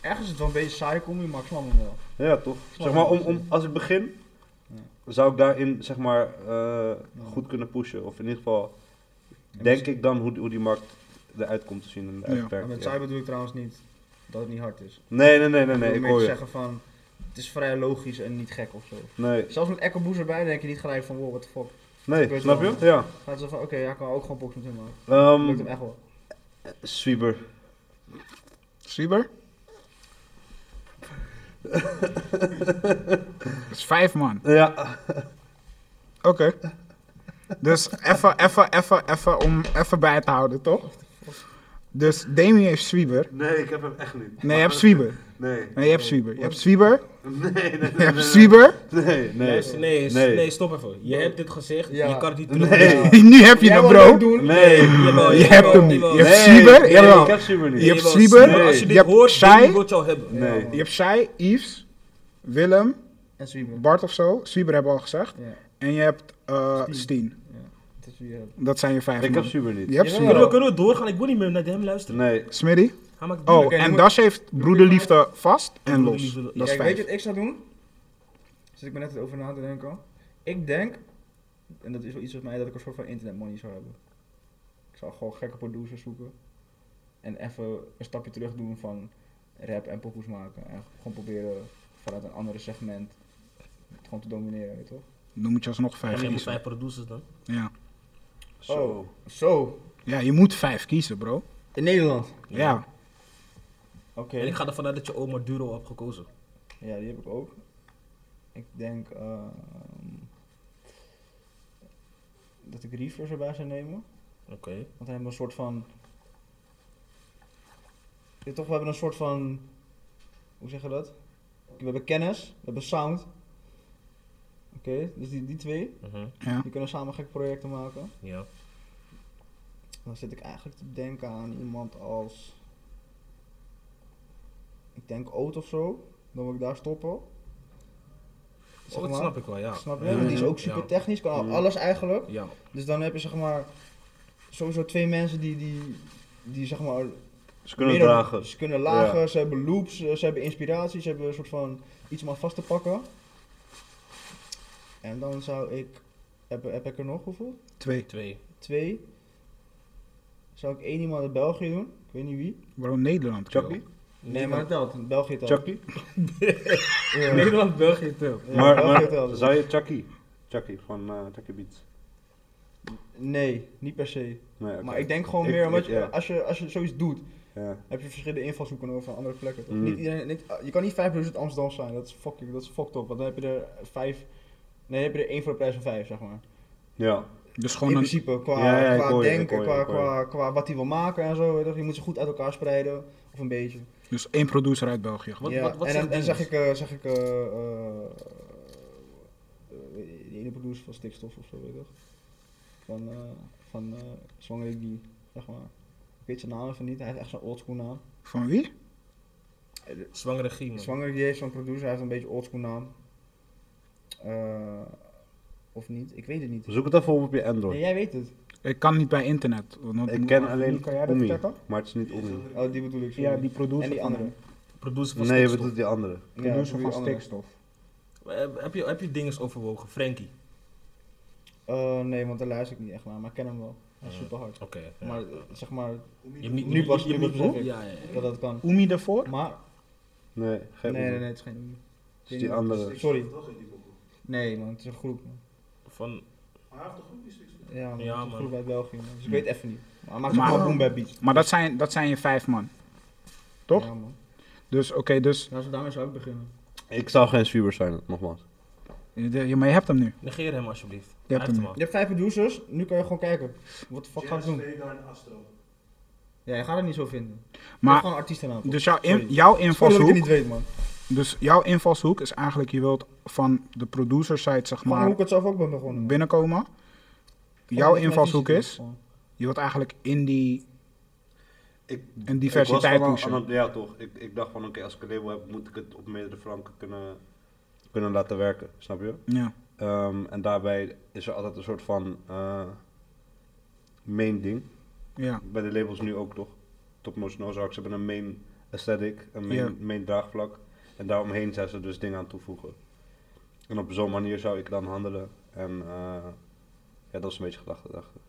ergens is het wel een beetje saai comedy, maar ik snap hem wel. Ja, toch? Zeg maar, om, om, als ik begin, zou ik daarin zeg maar eh, goed kunnen pushen. Of in ieder geval, denk ik dan hoe, die- hoe die markt eruit komt te zien en eruit Ja. werkt. En met ja. saai bedoel ik trouwens niet dat het niet hard is. Nee, nee, nee, nee, Ik nee, wil ik meer hoor je. zeggen van, het is vrij logisch en niet gek of zo. Nee, Zelfs met Echo Boozer bij denk je niet gelijk van, wow, what the fuck. Ik nee, weet snap wel. je? Ja. Gaat zo van, oké, ja, ik kan ook gewoon boxen doen, maar lukt Ehm hem echt wel. Swieber. Sieber? Dat is vijf, man. Ja, Oké. Dus even, even, even, even om even bij te houden, toch? Dus Demi heeft Swieber. nee, ik heb hem echt niet. Nee, je hebt Swieber. Nee, Nee, je hebt Swieber. Je hebt Swieber. nee, nee, nee. Je hebt Swieber. Nee, nee. Luister, nee, s- Nee. nee. stop even. Je hebt dit gezegd, Ja. je kan het niet Nee. terug. Nu heb je Jij hem, wil bro. leuk doen. Nee, Jawel, Je jawel, hebt hem niet. jawel. Je hebt Nee, Swieber. nee, Jawel. ik heb Swieber niet. Je hebt Jawel, Swieber, Swieber, Als je Nee. je dit hebt hoort, Shai. Demi wil jou hebben. Nee. Je hebt Shai, Yves, Willem, En Swieber. Bart of zo. Swieber hebben we al gezegd. Ja, En je hebt eh Steen. Steen. het is weer... Dat zijn je vijf. Ik heb man. Swieber niet. Je hebt Kunnen Jawel. we, Swieber. kunnen we doorgaan? Ik wil niet meer naar hem luisteren. Nee. Smitty. Hij maakt Oh, Oké, en moet- Dash heeft broederliefde vast en los. Broederliefde- Dat is Kijk, weet je vijf. wat ik zou doen? Zit ik me net over na te denken al. Ik denk, en dat is wel iets van mij, dat ik een soort van internet money zou hebben. Ik zou gewoon gekke producers zoeken. En even een stapje terug doen van rap en pokoes maken. En gewoon proberen vanuit een ander segment het gewoon te domineren, weet je toch? Dan moet je alsnog vijf Hij heeft kiezen. vijf producers dan. Ja. Zo. Zo, ja, je moet vijf kiezen, bro. in Nederland. Ja. Oké. En ik ga ervan uit dat je oma Duro hebt gekozen. Ja, die heb ik ook. Ik denk ehm, dat ik Reefers erbij zou nemen. Oké. Want we hebben een soort van. Ja, toch, we hebben een soort van. Hoe zeg je dat? We hebben kennis, we hebben sound. Oké, dus die, die twee. Mhm, ja. Die kunnen samen gekke projecten maken. Ja. Dan zit ik eigenlijk te denken aan iemand als. Ik denk Oot of zo. Dan wil ik daar stoppen. Oh, dat snap ik wel, ja. Snap je? Ja, Want die is ja, ook super ja. technisch, kan al- Mm. alles eigenlijk. Ja. Dus dan heb je zeg maar. Sowieso twee mensen die, die, die zeg maar Ze kunnen meer dan- dragen. Ze kunnen lagen, Ja. ze hebben loops, eh, ze hebben inspiratie, ze hebben een soort van iets om aan vast te pakken. En dan zou ik, heb, heb ik er nog hoeveel? Twee. Twee. Twee. Zou ik één iemand uit België doen? Ik weet niet wie. Bro, Nederland. joh. Chucky? Nee, maar het telt. België telt. Chucky? Ja. Nederland, België, Til. Ja, Maar, België maar telt. zou je Chucky? Chucky van eh Chucky Beats. Nee, niet per se. Nee, oké. Maar ik denk gewoon Ik- meer, omdat ik- je, ja. als, je, als je zoiets doet, Ja. heb je verschillende invalshoeken nodig van andere plekken. toch? Mm. Niet iedereen, niet, je kan niet 5 plus uit Amsterdam zijn, dat is fucking, dat is fucked up. Want dan heb je er vijf, nee, dan heb je er één voor de prijs van vijf, zeg maar. Ja. Dus in gewoon een... principe, qua, Ja, ja, ik qua hoor je, ik denken, hoor je, qua, ik hoor je. qua, qua wat hij wil maken en zo. Weet je, je moet ze goed uit elkaar spreiden, of een beetje. Dus één producer uit België. Wat- ja. wat- wat en zegt dan en Dennis? zeg ik, eh, zeg ik eh eh, eh, die ene producer van Stikstof of zo, weet je toch? Van, eh van eh Zwangere Guy, zeg maar. Ik weet zijn naam even niet, hij heeft echt zo'n oldschool naam. Van wie? Zwangere Giemen. Zwanger die heeft zo'n producer, hij heeft een beetje oldschool naam. Eh, of niet, ik weet het niet. Zoek het even op op je Nee, Android. jij weet het. Ik kan niet bij internet. want- Ik ken alleen Kan jij dat Omi, checken? maar het is niet Omi. Oh, die bedoel ik. sorry. Ja, die producer. en die andere. van- Producer van Nee, we Stikstof. doen die andere. Ja, Producer die van andere. stikstof. Eh, Heb je, heb je dinges overwogen? Frankie. Eh, nee, want daar luister ik niet echt naar, maar ik ken hem wel. Hij is Mm. super hard. Oké. ja. Maar eh, zeg maar Je hebt niet- Nu pas- je hebt nu niet- pas besef ik. Ja, ja, ja. dat dat kan. Oemi daarvoor? Maar Nee, nee, geen nee, Oemi. nee, het is geen. Het is die andere. Sorry. Toch in die boeken. Nee man, het is een groep man. Van, Maar hij heeft toch goed die stikstof? Ja man, Ja, het is een man. groep uit België man. Dus ik weet even niet. Maar hij maakt Maar- gewoon boom bap beats. Maar dat zijn, dat zijn je vijf man. Toch? Ja man. Dus oké, dus. Nou, zo daarmee zou ik beginnen. Ik zou geen Swieber zijn, nogmaals. de- ja, maar je hebt hem nu. negeer hem alsjeblieft. Je Hij hebt hem heeft nu. al. Je hebt vijf producers, nu kan je gewoon kijken. Wat de fuck ga ik Jazz, doen? Vega en Astro. Ja, je gaat het niet zo vinden. Maar Maar, gewoon artiestennaam. dus jouw, in- Sorry. jouw Sorry dat ik het niet invalshoek. weet man. Dus jouw invalshoek is eigenlijk: je wilt van de producer side, zeg Gewoon hoe maar, ik het zelf ook ben begonnen. man. binnenkomen. Gewoon Jouw met mijn invalshoek visie is: doen, gewoon. je wilt eigenlijk in die. Ik- Een diversiteit pushen. Ja, toch. Ik, ik dacht van, oké, als ik een label heb, moet ik het op meerdere flanken kunnen, kunnen laten werken. Snap je? Ja. Ehm, en daarbij is er altijd een soort van eh, main ding. ja. Bij de labels nu ook toch. oh, Topnotch Nozarks hebben een main aesthetic, een main, Ja. main draagvlak. En daaromheen zijn ze dus dingen aan toevoegen. En op zo'n manier zou ik dan handelen. En eh, ja, dat is een beetje gedachte. daarachter.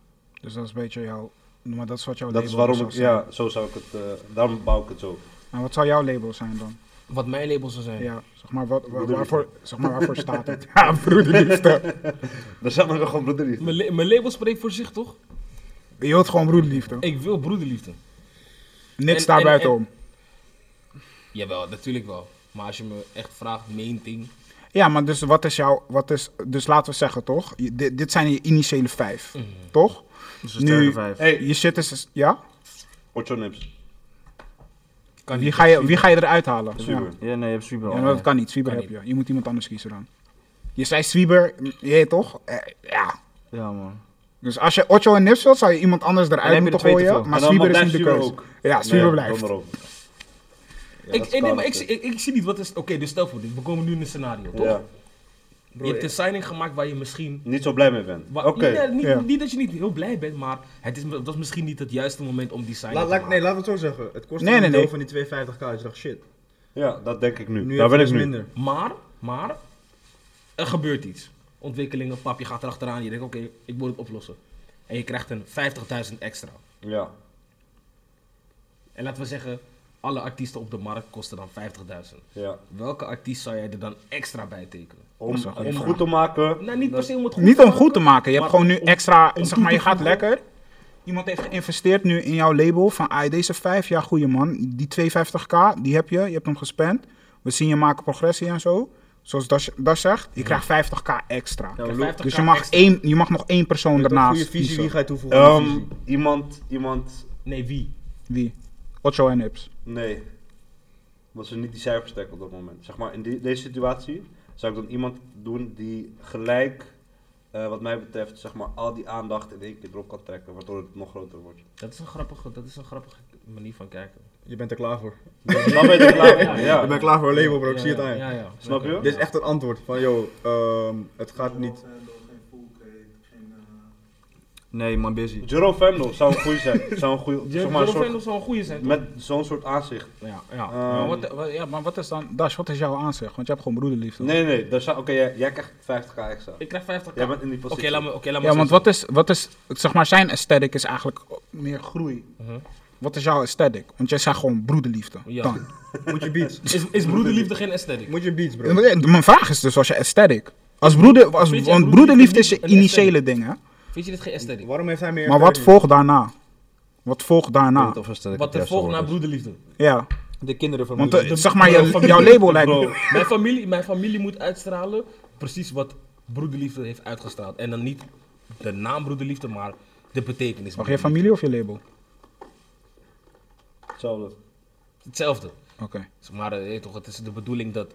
Dus dat is een beetje jouw. Maar dat is wat jouw Dat is label waarom zou ik, zijn. ja, zo zou ik het, eh, daarom bouw ik het zo. En wat zou jouw label zijn dan? Wat mijn label zou zijn. Ja, zeg maar, wat, wa- waarvoor, zeg maar waarvoor staat het? Ja, broederliefde. Daar zijn we nog gewoon broederliefde. Mijn, la- mijn label spreekt voor zich, toch? Je wilt gewoon broederliefde. Ik wil broederliefde. Niks en- daar en- buitenom. Jawel, natuurlijk wel. Maar als je me echt vraagt, main thing. Ja, maar dus wat is jouw, wat is, dus laten we zeggen toch, je- dit, dit zijn je initiële vijf, Mhm. Mm. toch? Dus Nu- sterke vijf. Hey, Je shit is, ja? Ocho Nips. Kan Wie niet. ga je, wie ga je eruit halen? Ja. Super. Ja, nee, je hebt super. Ja, maar dat kan niet. Zwieber Kan heb je. Je moet iemand anders kiezen dan. Je zei Zwieber, m, je weet toch? Eh, ja. Ja, man. Dus als je Ocho en Nips wilt, zou je iemand anders eruit heb je moeten er twee te gooien. veel. Maar En dan Zwieber mag is niet de Dijkstra keuze. ook. Ja, Zwieber blijft. Kom erop. Ja, ik, dat is ik- nee, koud, maar ik, dus. ik, ik zie niet wat is. Oké, dus stel voor dit. We komen nu in een scenario, toch? Ja. je hebt een signing gemaakt waar je misschien. Niet zo blij mee bent. waar- Oké. nee, niet, Ja. niet dat je niet heel blij bent, maar het is, dat was misschien niet het juiste moment om die signing Laat, te laat, maken. nee, laten we het zo zeggen. Het kost Nee, een nee, deel nee. van die 250k. Dus dacht shit. Ja, dat denk ik nu. Nu Daar heb ben je ik dus nu. minder. Maar, maar, er gebeurt iets. Ontwikkelingen, pap, je gaat erachteraan. Je denkt, oké, ik moet het oplossen. En je krijgt een 50.000 extra. Ja. En laten we zeggen, alle artiesten op de markt kosten dan 50.000. ja. Welke artiest zou jij er dan extra bij tekenen? Om is een goede het vraag. goed te maken. Nou, niet per se om het goed Niet te om maken, goed te maken. Je hebt maar gewoon nu om- extra, om zeg toe maar, je te gaat voegen. lekker. Iemand heeft geïnvesteerd nu in jouw label van, ah, deze vijf, ja, goeie man. Die 250k, die heb je, je hebt hem gespend. We zien je maken progressie en zo. Zoals Dash, Dash zegt, je krijgt 50k extra. Je krijgt 50k Dus je mag, extra. één, je mag nog één persoon Een daarnaast goede visie, wie kiezen. ga je toevoegen? aan die Ehm, visie? iemand, iemand. Nee, wie? Wie? Ocho en Hips. Nee. Omdat ze niet die cijfers trekken op dat moment. Zeg maar, in die- deze situatie zou ik dan iemand doen die gelijk, eh, wat mij betreft, zeg maar, al die aandacht in één keer erop kan trekken. Waardoor het nog groter wordt. Dat is een grappige, dat is een grappige manier van kijken. Je bent er klaar voor. Dan ben je er klaar mee. Ik Ja. ben klaar voor een label, bro. Ik Ja, zie het ja, aan je. Ja, ja. Snap je? Dit is echt het antwoord van, yo, ehm, het gaat niet. Geen Fullcake, geen... eh, Nee, man, busy. Jero Vendel zou een goeie zijn. Zou een goeie, zeg maar, een Jero soort, Vendel zou een goede zijn. toch? met zo'n soort aanzicht. Ja, ja. Maar Ehm, wat, wat- ja, maar wat is dan, Dash, wat is jouw aanzicht? Want je hebt gewoon broederliefde. Nee, nee, daar zou- oké, jij, jij krijgt 50k extra. Ik krijg 50k. Jij bent in die Oké, positie. laat me, oké, laat me Ja, zo want zeggen. wat is, wat is, zeg maar, zijn aesthetic is eigenlijk meer groei. Mhm. Wat is jouw aesthetic? Want jij zegt gewoon broederliefde. Ja. Dan. Moet je beats. Is, is broederliefde geen aesthetic? Moet je beats, Ja, bro. maar ja, Mijn vraag is dus als je aesthetic. Als broeder, als, Vind je want broederliefde broederliefde is je niet een initiële ding, hè? Vind je dit geen aesthetic? Waarom heeft hij meer. Maar wat voor? volgt daarna? Wat volgt daarna? Wat er volgt na broederliefde? Ja, De kinderen van want Moes. eh, zeg maar, je- jouw label lijkt me... Mijn familie, mijn familie moet uitstralen precies wat broederliefde heeft uitgestraald. En dan niet de naam broederliefde, maar de betekenis. Mag je familie of je label? Hetzelfde. Hetzelfde. Oké. Maar eh, je weet toch, het is de bedoeling dat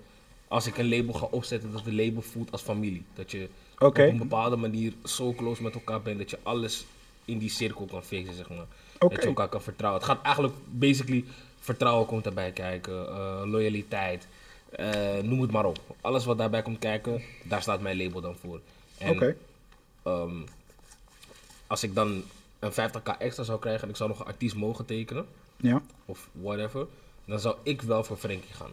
als ik een label ga opzetten, dat de label voelt als familie. Dat je Oké. op een bepaalde manier zo close met elkaar bent dat je alles in die cirkel kan fixen, zeg maar. Dat Oké. je elkaar kan vertrouwen. Het gaat eigenlijk, basically, vertrouwen komt daarbij kijken, eh, loyaliteit, eh, noem het maar op. Alles wat daarbij komt kijken, daar staat mijn label dan voor. En, Oké. ehm, als ik dan een 50k extra zou krijgen en ik zou nog een artiest mogen tekenen, Ja. of whatever, dan zou ik wel voor Frenkie gaan.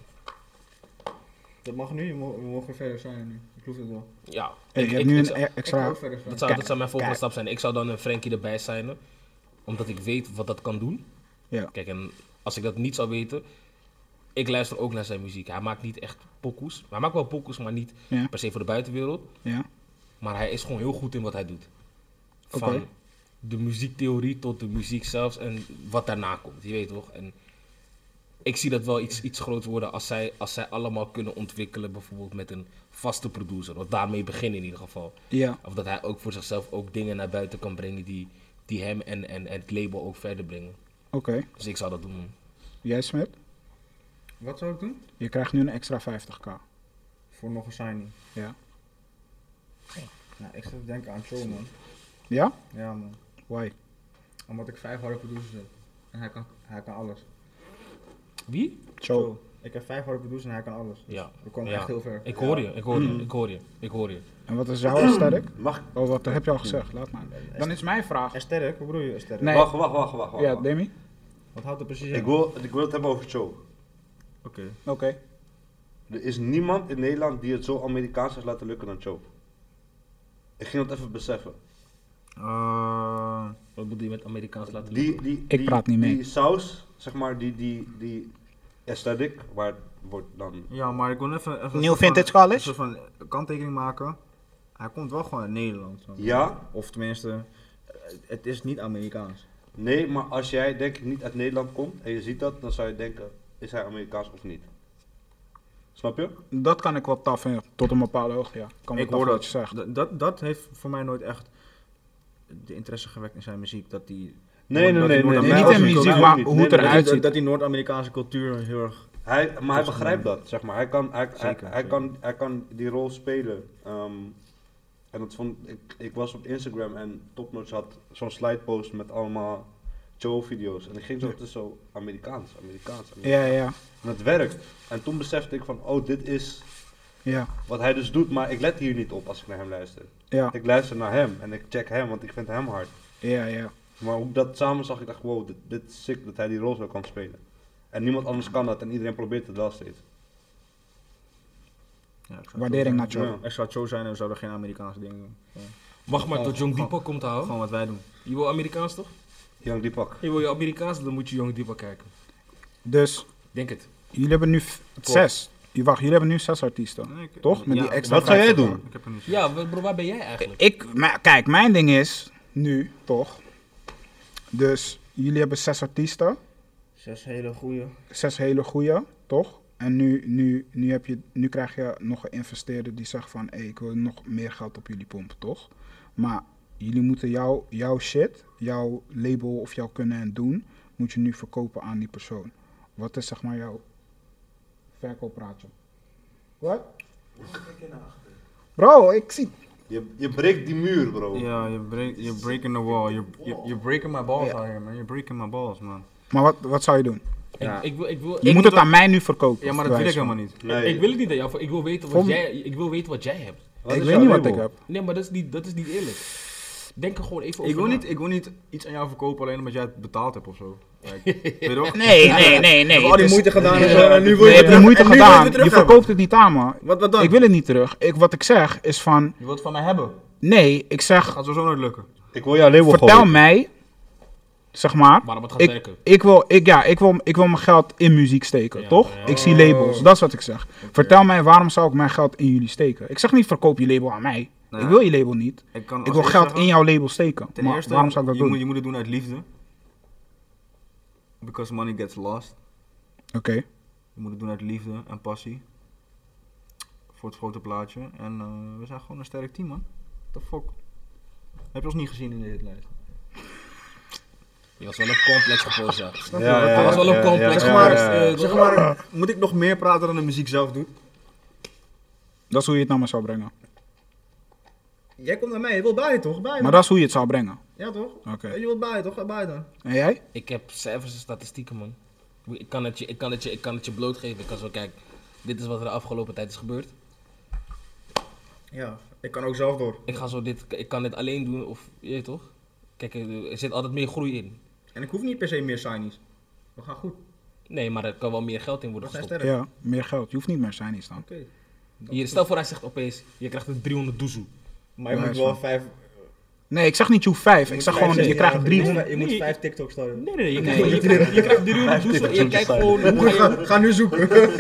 Dat mag nu, je mo- we mogen verder zijn nu. Ik hoef het wel. Ja. Hey, ik- je ik- hebt nu ik een zou- e- Ik ga extra... ook verder zijn. dat, zou, dat zou mijn volgende Kijk. stap zijn. Ik zou dan een Frenkie erbij zijn, omdat ik weet wat dat kan doen. Ja. Kijk, en als ik dat niet zou weten, ik luister ook naar zijn muziek. Hij maakt niet echt pokoes. Hij maakt wel pokoes, maar niet Ja. per se voor de buitenwereld. Ja. Maar hij is gewoon heel goed in wat hij doet. Van Oké. de muziektheorie tot de muziek zelfs en wat daarna komt. Je weet toch? En ik zie dat wel iets, iets groots worden als zij, als zij allemaal kunnen ontwikkelen, bijvoorbeeld met een vaste producer. Want daarmee beginnen in ieder geval. Ja. Of dat hij ook voor zichzelf ook dingen naar buiten kan brengen die, die hem en, en, en het label ook verder brengen. Oké. Dus ik zou dat doen. Jij, Smit? Wat zou ik doen? Je krijgt nu een extra 50k. Voor nog een signing. Ja. Nou, ik zat te denken aan Cho, man. Ja? Ja, man. Why? Omdat ik vijf harde producers heb. En hij kan, hij kan alles. Wie? Cho. Ik heb vijf harde producers en hij kan alles. Dus Ja. We komen Ja. echt heel ver. Ik hoor je, ik hoor Mm. je, ik hoor je, ik hoor je. En wat is jouw aesthetic? Mag ik? Oh, wat heb je al gezegd? Laat maar. Dan is mijn vraag... En sterk, hoe bedoel je sterk? Nee. Wacht, wacht, wacht, wacht. wacht, Ja, wacht. Demi? Wat houdt er precies in? Ik wil, ik wil het hebben over show. Oké. Oké. Er is niemand in Nederland die het zo Amerikaans heeft laten lukken dan Cho. Ik ging dat even beseffen. Eh, Wat bedoel je met Amerikaans laten Die, die, Ik die- praat niet mee. Die saus, zeg maar, die, die, die aesthetic, maar het wordt dan... Ja, maar ik wil even... even Nieuw een soort Vintage van- College? Een soort van kanttekening maken. Hij komt wel gewoon uit Nederland. zo. Ja, Of tenminste, eh, het is niet Amerikaans. nee, maar als jij denk ik niet uit Nederland komt en je ziet dat, dan zou je denken, is hij Amerikaans of niet? Snap je? Dat kan ik wel taf vinden, tot een bepaalde hoogte, ja. Kan ik wel hoor taf wat dat. je zegt. Dat, dat. dat heeft voor mij nooit echt de interesse gewekt in zijn muziek. Dat die, Nee, nee, nee. Dat hij nee, Noord- nee, Niet nee, in nee, muziek, nee, maar nee, hoe nee, het eruit nee, dat, eruit die- ziet. dat die Noord-Amerikaanse cultuur heel erg... Hij, maar hij Dat is begrijpt dat, zeg maar. Hij kan, hij, hij- Zeker, hij, zeker. kan, hij kan die rol spelen. Ehm, en dat vond ik, ik was op Instagram en Topnotch had zo'n slidepost met allemaal Joe-video's. En ik ging zo, het is zo Amerikaans, Amerikaans, Amerikaans. Ja, ja, En het werkt. En toen besefte ik van, oh, dit is ja, wat hij dus doet, maar ik let hier niet op als ik naar hem luister. ja, Ik luister naar hem en ik check hem, want ik vind hem hard. ja, ja. Maar hoe ik dat samen zag, ik dacht, wow, dit, dit is sick dat hij die rol zo kan spelen. En niemand anders kan dat en iedereen probeert het wel steeds. Ja, ik zou Waardering het naar zo Joe. Ja. zeggen. Ik zou het zo zijn en we zouden geen Amerikaanse dingen doen. Wacht maar tot Young Gewoon- Deepak komt houden. Gewoon wat wij doen. Je wil Amerikaans toch? Young Deepak. Je wil je Amerikaans, dan moet je Young Deepak kijken. Dus Denk het. jullie hebben nu v- zes. Je- Wacht, jullie hebben nu zes artiesten. Nee, ik- Toch? Met ja, die extra Wat zou jij doen? Ik heb er niet Ja, wa- bro, waar ben jij eigenlijk? Ik, maar kijk, mijn ding is nu toch. Dus jullie hebben zes artiesten, Zes hele goede. zes hele goede, toch? En nu, nu, nu, heb je, nu krijg je nog een investeerder die zegt van, hey, ik wil nog meer geld op jullie pompen, toch? Maar jullie moeten jouw, jouw shit, jouw label of jouw kunnen en doen, moet je nu verkopen aan die persoon. Wat is zeg maar jouw verkooppraatje? Wat? Kijk je naar achter. Bro, ik zie. Je, je breekt die muur, bro. Ja, you're, break, you're breaking the wall. You're, you're, you're breaking my balls out here, man. You're breaking my balls, man. Maar wat, wat zou je doen? Ja. Ik, ik, wil, ik, wil, Je ik, moet het aan mij nu verkopen. Ja, maar dat wil ik helemaal niet. Nee. ik wil het niet aan jou, voor- ik wil weten wat, Voor m- jij, ik wil weten wat jij hebt. Wat Ik is weet jouw niet wat label? ik heb. Nee, maar dat is niet, dat is niet eerlijk. Denk er gewoon even over Ik wil, na. niet, ik wil niet iets aan jou verkopen alleen omdat jij het betaald hebt of zo. Like, weet je wel? Nee, nee, nee, nee. dus al die moeite gedaan en zo, en nu wil je je hebt je moeite en nu wil gedaan. het terug Je hebben. verkoopt het niet aan me. Wat, wat dan? Ik wil het niet terug. Ik, wat ik zeg is van, Je wilt het van mij hebben. nee, ik zeg, Gaat sowieso nooit lukken. Ik wil jouw label vertel gewoon. mij, zeg maar. Waarom het gaat Ik, werken. ik, wil, ik, ja, ik, wil, ik wil mijn geld in muziek steken, Ja, toch? ja. Ik zie labels, dat is wat ik zeg. Vertel mij, waarom zou ik mijn geld in jullie steken? Ik zeg niet, verkoop je label aan mij. Nou ik ja. wil je label niet. Ik, kan Ik wil als eerste geld zeggen, in jouw label steken. Ten maar eerste, waarom zou ik dat je doen? Moet, je moet het doen uit liefde. Because money gets lost. Oké, Je moet het doen uit liefde en passie. Voor het grote plaatje. En eh, we zijn gewoon een sterk team, man. What the fuck? Heb je ons niet gezien in de hitlijst? Je was wel een complex gepost, ja. Ja, ja, ja, Dat was wel ja, een ja, complex ja, maar- gepost, ja, ja. eh, Zeg maar, moet ik nog meer praten dan de muziek zelf doet? dat is hoe je het naar me zou brengen. Jij komt naar mij, je wilt bij toch? Bij Maar dat is hoe je het zou brengen. Ja toch? Oké. Je wilt bij toch? Ga bij dan. En jij? Ik heb cijfers en statistieken, man. Ik kan het je, ik kan het je, ik kan het je blootgeven. Ik kan zo kijken. Dit is wat er de afgelopen tijd is gebeurd. Ja, ik kan ook zelf door. Ik ga zo dit, ik kan dit alleen doen of, je weet toch? Kijk, eh, er zit altijd meer groei in. En ik hoef niet per se meer signies. We gaan goed. Nee, maar er kan wel meer geld in We worden zijn gestopt. sterk. Ja, meer geld. Je hoeft niet meer zijn iets dan. Oké. Hier, stel voor hij zegt opeens, je krijgt een 300 doezoe. Maar je Ja, moet is wel waar. vijf... Nee, ik zeg niet je vijf. Ik moet zeg vijf, gewoon, zes je jaar krijgt geleden- 300. Je moet vijf TikTok starten. Nee, nee, nee. Je krijgt, je krijgt, je krijgt 300 doezoe en je kijkt gewoon hoe ga je... Ga nu zoeken.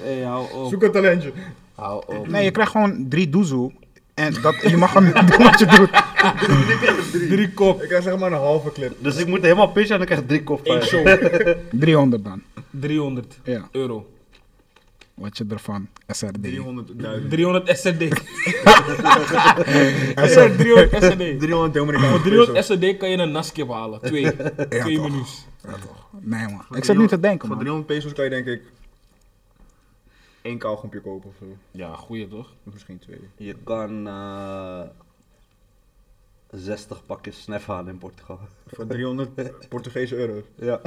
Hey, Oh. hou op. Zoek een talentje. Hou op. Nee, je krijgt gewoon drie doezoe. En dat, je mag gewoon doen wat je doet. Drie kop. Ik krijg zeg maar een halve clip. Dus ik moet helemaal pissen en ik krijg drie kop. Eén show. 300 dan. 300 Ja, euro. wat je ervan. SRD. 300.000. 300 SRD. Ja, 300 SRD. 300 Oh, Dominicaanse Voor 300 SRD kan je een naskip halen. Twee. Twee toch. menus. Nee man, ik zit nu te denken Voor man. 300 pesos kan je denk ik één kauwgompje kopen of zo. Ja, goeie toch? Of misschien twee. Je kan eh 60 pakjes snef halen in Portugal. Voor 300 Portugese euro's. Ja.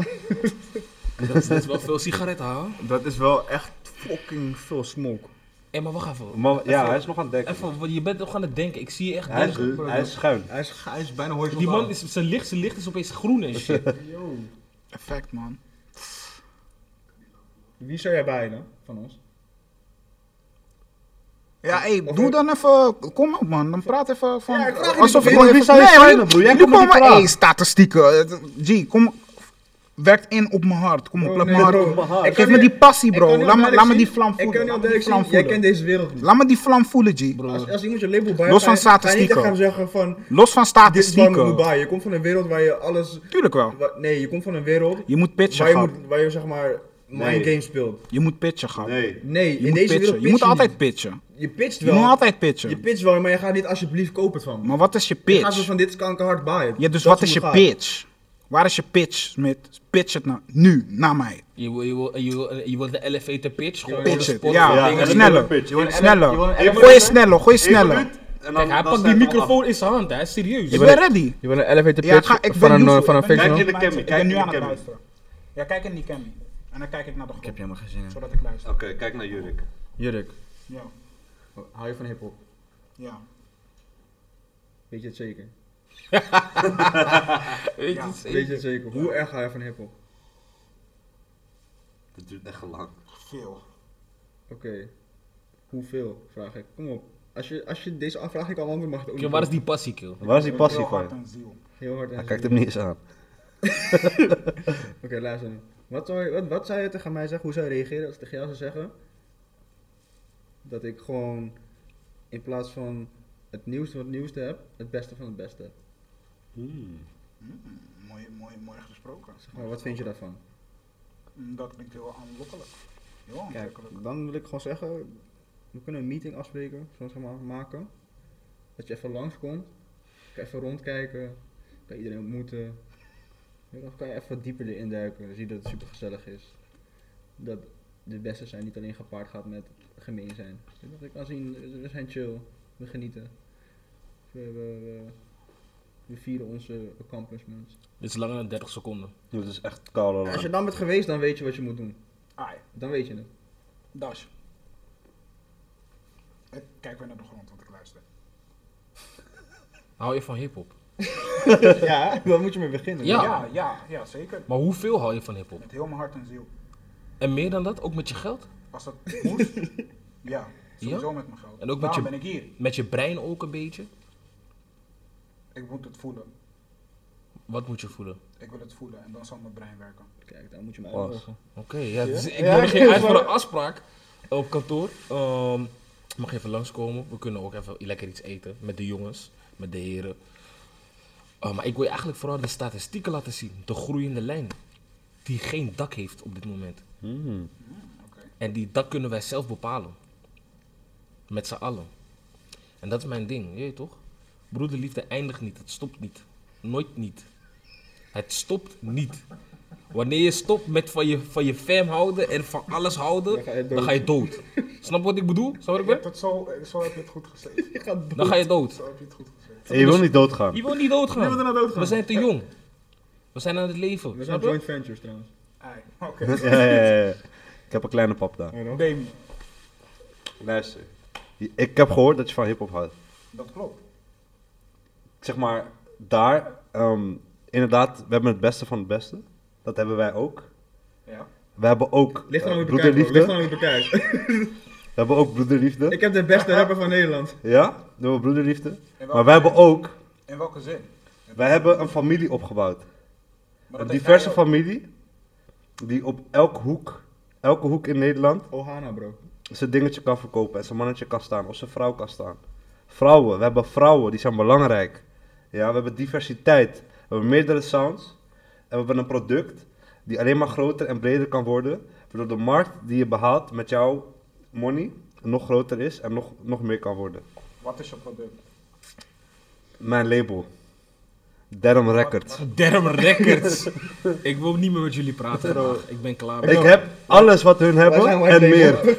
Dat is, dat is wel veel sigaretten halen. Dat is wel echt fucking veel smoke. Hé, maar wacht even. Maar, ja, hij is nog aan het denken. Even, want je bent toch aan het denken. Ik zie je echt Hij is, denken. hij is schuin. Hij is, hij is bijna horizontaal. Die man, is, zijn, licht, zijn licht is opeens groen en shit. Effect man. Wie zou jij bij dan? Van ons? Ja, hey, doe dan even, kom op man, dan praat even van, Ja, ik vraag je alsof niet. ik wel Wie even, zou je nee, maar zijn, broer? Jij jullie komt met die komen, vraag. hey, statistieken, eh, G, kom, werkt in op mijn hart. Kom op, Oh, laat nee, mijn hart. bro. op. Ik kan Geef me je- die passie, ik kan bro. je Laat me, duidelijk laat me die zien- vlam voelen. Ik kan laat me die heel duidelijk vlam zien, jij voelen. kent deze wereld niet. Laat me die vlam voelen, G. Als, als iemand je label bij Los van Ga je statistieken. niet gaan zeggen van, Los van dit is Bang statistieken. Dubai. Je komt van een wereld waar je alles... Tuurlijk wel. wa- Nee, je komt van een wereld Je moet pitchen, waar je, grap. moet, waar je zeg maar mind Nee. games speelt. Je moet pitchen, grap. Nee. Nee, Je in moet deze wereld pitchen. pitch Je moet niet. altijd pitchen. Je pitcht Je wel. moet altijd Je pitchen. pitcht wel, maar je gaat niet alsjeblieft koop het van. me. Maar wat is je Je gaat zo pitch? van dit is kankerhard baaien. Ja, dus wat is je pitch? Waar is je pitch, Smit? Pitch het nou, nu, naar mij. Je wil, je, wil, je, wil, je wil de elevator pitch? Gewoon Pitch de it, spot- ja. dingen Ja, die- sneller. pitch. Je wil een ele- Sneller. je wil een Gooi elevator- je sneller, gooi je Eén sneller. minuut en dan- Kijk, hij pakt dan sta die je vanaf. microfoon in zijn hand, hij is serieus. Ik ben ready. Je wil een elevator Ja, pitch ga- ik van, ben een, nu- eh, van een ik ben fictional? nu- de cammy, Ik kijk ben in nu de aan het cammy. luisteren. Ja, kijk in die cammy. En dan kijk ik naar de Ik heb grond, je helemaal geen zin in. zodat ik luister. Oké, kijk naar Jurik. Jurk, Ja, hou je van hiphop? ja. Weet je het zeker? Weet je, Ja. het- Weet je het zeker? Hoe erg ga je van hiphop? Dat duurt echt lang. Veel. Oké. Hoeveel? Vraag ik. Kom op. Als je, als je deze afvraag ik al antwoord mag je het ook Kill, niet waar is doen. die passie, kill? Waar is die passie Heel hart van? en ziel. Heel hard en Hij zo. kijkt hem niet eens aan. Oké, luister nu. Wat zou, je, wat, wat zou je tegen mij zeggen? Hoe zou je reageren als ik tegen jou zou zeggen? Dat ik gewoon in plaats van het nieuwste van het nieuwste heb, het beste van het beste heb. Hmm. Mooi, mooi, mooi gesproken. Zeg maar, wat vind je daarvan? Mm, Dat klinkt heel aanlokkelijk. Heel Kijk, aantrekkelijk. dan wil ik gewoon zeggen, we kunnen een meeting afspreken, zo zeg maar, maken. Dat je even langskomt, kan even rondkijken, kan iedereen ontmoeten. Ja, Dan kan je even dieper erin duiken, dan zie je dat het super gezellig is. Dat de beste zijn niet alleen gepaard gaat met gemeen zijn. Dus Dat ik kan zien, we zijn chill, we genieten. We, we, we, we vieren onze accomplishments. Dit is langer dan 30 seconden. Dat is echt koude Als je lang. dan bent geweest, dan weet je wat je moet doen. Ai, Dan weet je het. das. Ik kijk weer naar de grond, want ik luister. Hou je van hip-hop? Ja, dan moet je mee beginnen. Ja. ja, ja, ja, zeker. Maar hoeveel hou je van hip-hop? Met heel mijn hart en ziel. En meer dan dat, ook met je geld? Als dat moet, ja. Sowieso met mijn geld. En ook met Daarom ben je- ik hier. Met je brein ook een beetje? Ik moet het voelen. Wat moet je voelen? Ik wil het voelen en dan zal mijn brein werken. Kijk, dan moet je me Pas. uitnodigen. Oké, ja, dus ik Ja, nodig ik- je uit voor een afspraak op kantoor. Ehm mag je even langskomen? We kunnen ook even lekker iets eten met de jongens, met de heren. Eh, maar ik wil je eigenlijk vooral de statistieken laten zien. De groeiende lijn. Die geen dak heeft op dit moment. Hmm. En die dak kunnen wij zelf bepalen. Met z'n allen. En dat is mijn ding, je weet toch? Broederliefde eindigt niet, het stopt niet. Nooit niet. Het stopt niet. Wanneer je stopt met van je, van je fam houden en van alles houden, Dan ga je dood. dan ga je dood. Snap wat ik bedoel? Snap wat ik Je hebt ben? het zo, eh, zo heb je het goed gezegd. Ik ga Dan ga je dood. Zo heb je het goed gezegd. En je wil niet doodgaan. Je wil niet doodgaan. We zijn te jong. We zijn aan het leven. We zijn Snap je? joint ventures trouwens. Ai, oké. Ja, ja, ja, ja. Ik heb een kleine pap daar. Demi, Luister. Ik heb gehoord dat je van hip-hop houdt. dat klopt. zeg maar, daar, ehm, inderdaad, we hebben het beste van het beste. Dat hebben wij ook. Ja. We hebben ook Ligt eh, aan wie bekijkt. bro. broederliefde. Ligt aan wie bekijkt. We hebben ook broederliefde. Ik heb de beste rapper van Nederland. Ja, we hebben broederliefde. En Maar wij hebben ook, In welke zin? wij hebben een familie opgebouwd. Maar Een dat heeft diverse hij ook. familie. Die op elke hoek, elke hoek in Nederland, Ohana, bro. zijn dingetje kan verkopen. En zijn mannetje kan staan. Of zijn vrouw kan staan. Vrouwen, we hebben vrouwen, die zijn belangrijk. Ja, we hebben diversiteit. We hebben meerdere sounds. En we hebben een product die alleen maar groter en breder kan worden. Waardoor de markt die je behaalt met jouw money nog groter is en nog, nog meer kan worden. Wat is je product? Mijn label. Derm Records. Derm records. ik wil niet meer met jullie praten vandaag. Ik ben klaar. Ik heb alles wat hun hebben zijn wij en label? meer.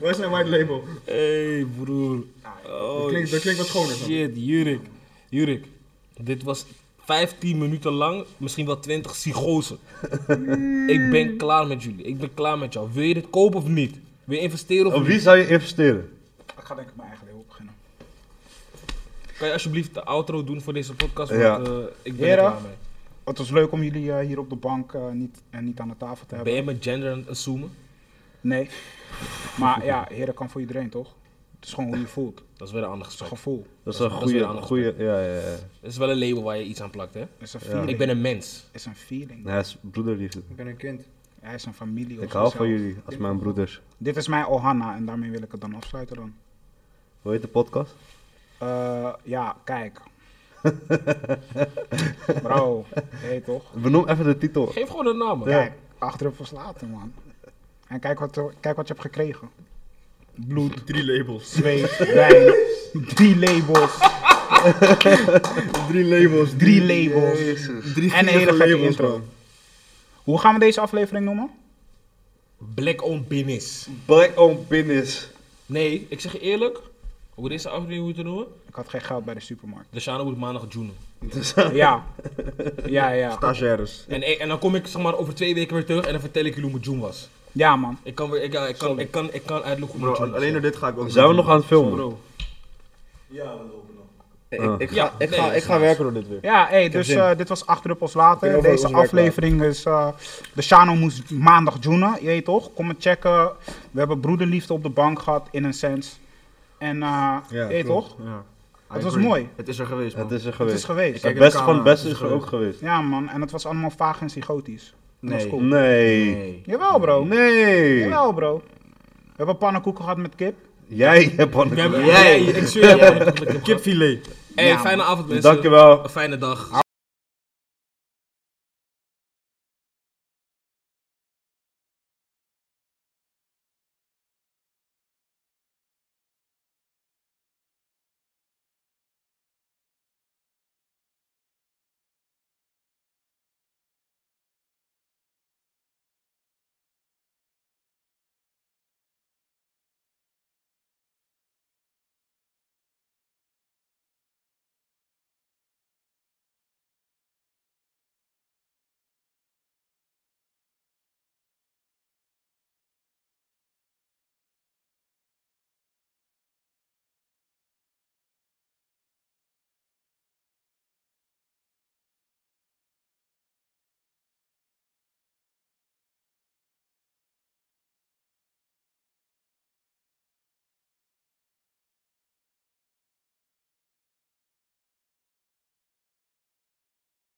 Waar is zijn white label? Oh, Hey broer. Oh, Ah, dat klinkt- dat klinkt wat schoner dan. Shit, Jurik. Jurik, dit was 15 minuten lang, misschien wel 20 psychosen. ik ben klaar met jullie. Ik ben klaar met jou. Wil je dit kopen of niet? Wil je investeren of Op niet? wie zou je investeren? Ik ga denk ik mijn eigen label beginnen. Kan je alsjeblieft de outro doen voor deze podcast? Ja. Want, eh, ik ben er Heren? klaar mee. Het was leuk om jullie eh, hier op de bank eh, niet, en niet aan de tafel te Ben hebben. je mijn gender aan het assumen? Nee. Maar ja, heren kan voor iedereen toch? Het is gewoon hoe je voelt. Het Dat is weer een ander is gesprek. gevoel. Dat is Dat een is- dat is weer een goede, ander goede, ja, ja, ja. Het is wel een label waar je iets aan plakt, hè? Het is een Ja. feeling. Ik ben een mens. Het is een feeling. Hij is broederliefde. Ik ben een kind. Hij is een familie. of Ik hou van zichzelf. jullie als mijn broeders. Dit is mijn Ohana en daarmee wil ik het dan afsluiten dan. Hoe heet de podcast? Eh, ja, kijk. Bro, hé toch? Benoem even de titel. Geef gewoon een naam. man. Kijk, achterop verslaten man. En kijk wat, er- kijk wat je hebt gekregen. Bloed. Drie labels. Zweet, wijn, drie labels, Drie labels. drie labels. Drie En een hele vier gekke labels, intro. man. Hoe gaan we deze aflevering noemen? Black on business. Black on Business. Nee, ik zeg je eerlijk. Hoe deze aflevering moeten noemen? Ik had geen geld bij de supermarkt. De Shano moet maandag joenen. Ja, ja, ja. Stagiaires. En, en dan kom ik zeg maar over twee weken weer terug en dan vertel ik jullie hoe mijn joen was. Ja man, Ik kan weer, ik, ja, ik kan, ik kan, ik kan uitlokken hoe Bro, mijn joen was. alleen door dit ga ik ook Zijn we nog aan het filmen? Bro, Ja, we lopen nog. Ik, Ah. ik ga, Ja, ik nee, ga, dat ik is ga nice. werken door dit weer. Ja, hey, dus zin. eh, dit was acht druppels Ik later. heb heel veel Deze werk aflevering is. eh, de Shano moest maandag joenen, je weet toch? Kom het checken. We hebben broederliefde op de bank gehad, in een sense. En, eh, je weet klopt. toch? Ja. Ah, Het I was agree. mooi. Het is er geweest, man. Het is er Het is geweest. geweest. Ik- Het beste van het beste is Het er is ook geweest. Ja, man, en het was allemaal vaag en psychotisch. Dat was Nee. cool. Nee. Jawel, bro. Nee. Jawel, bro. We hebben pannenkoeken gehad met kip. Jij hebt we hebben, pannenkoeken. jij, ik zweer je, we hebben een kip gehad. Kipfilet. Hey, Ja, fijne avond mensen. Dankjewel. Een fijne dag.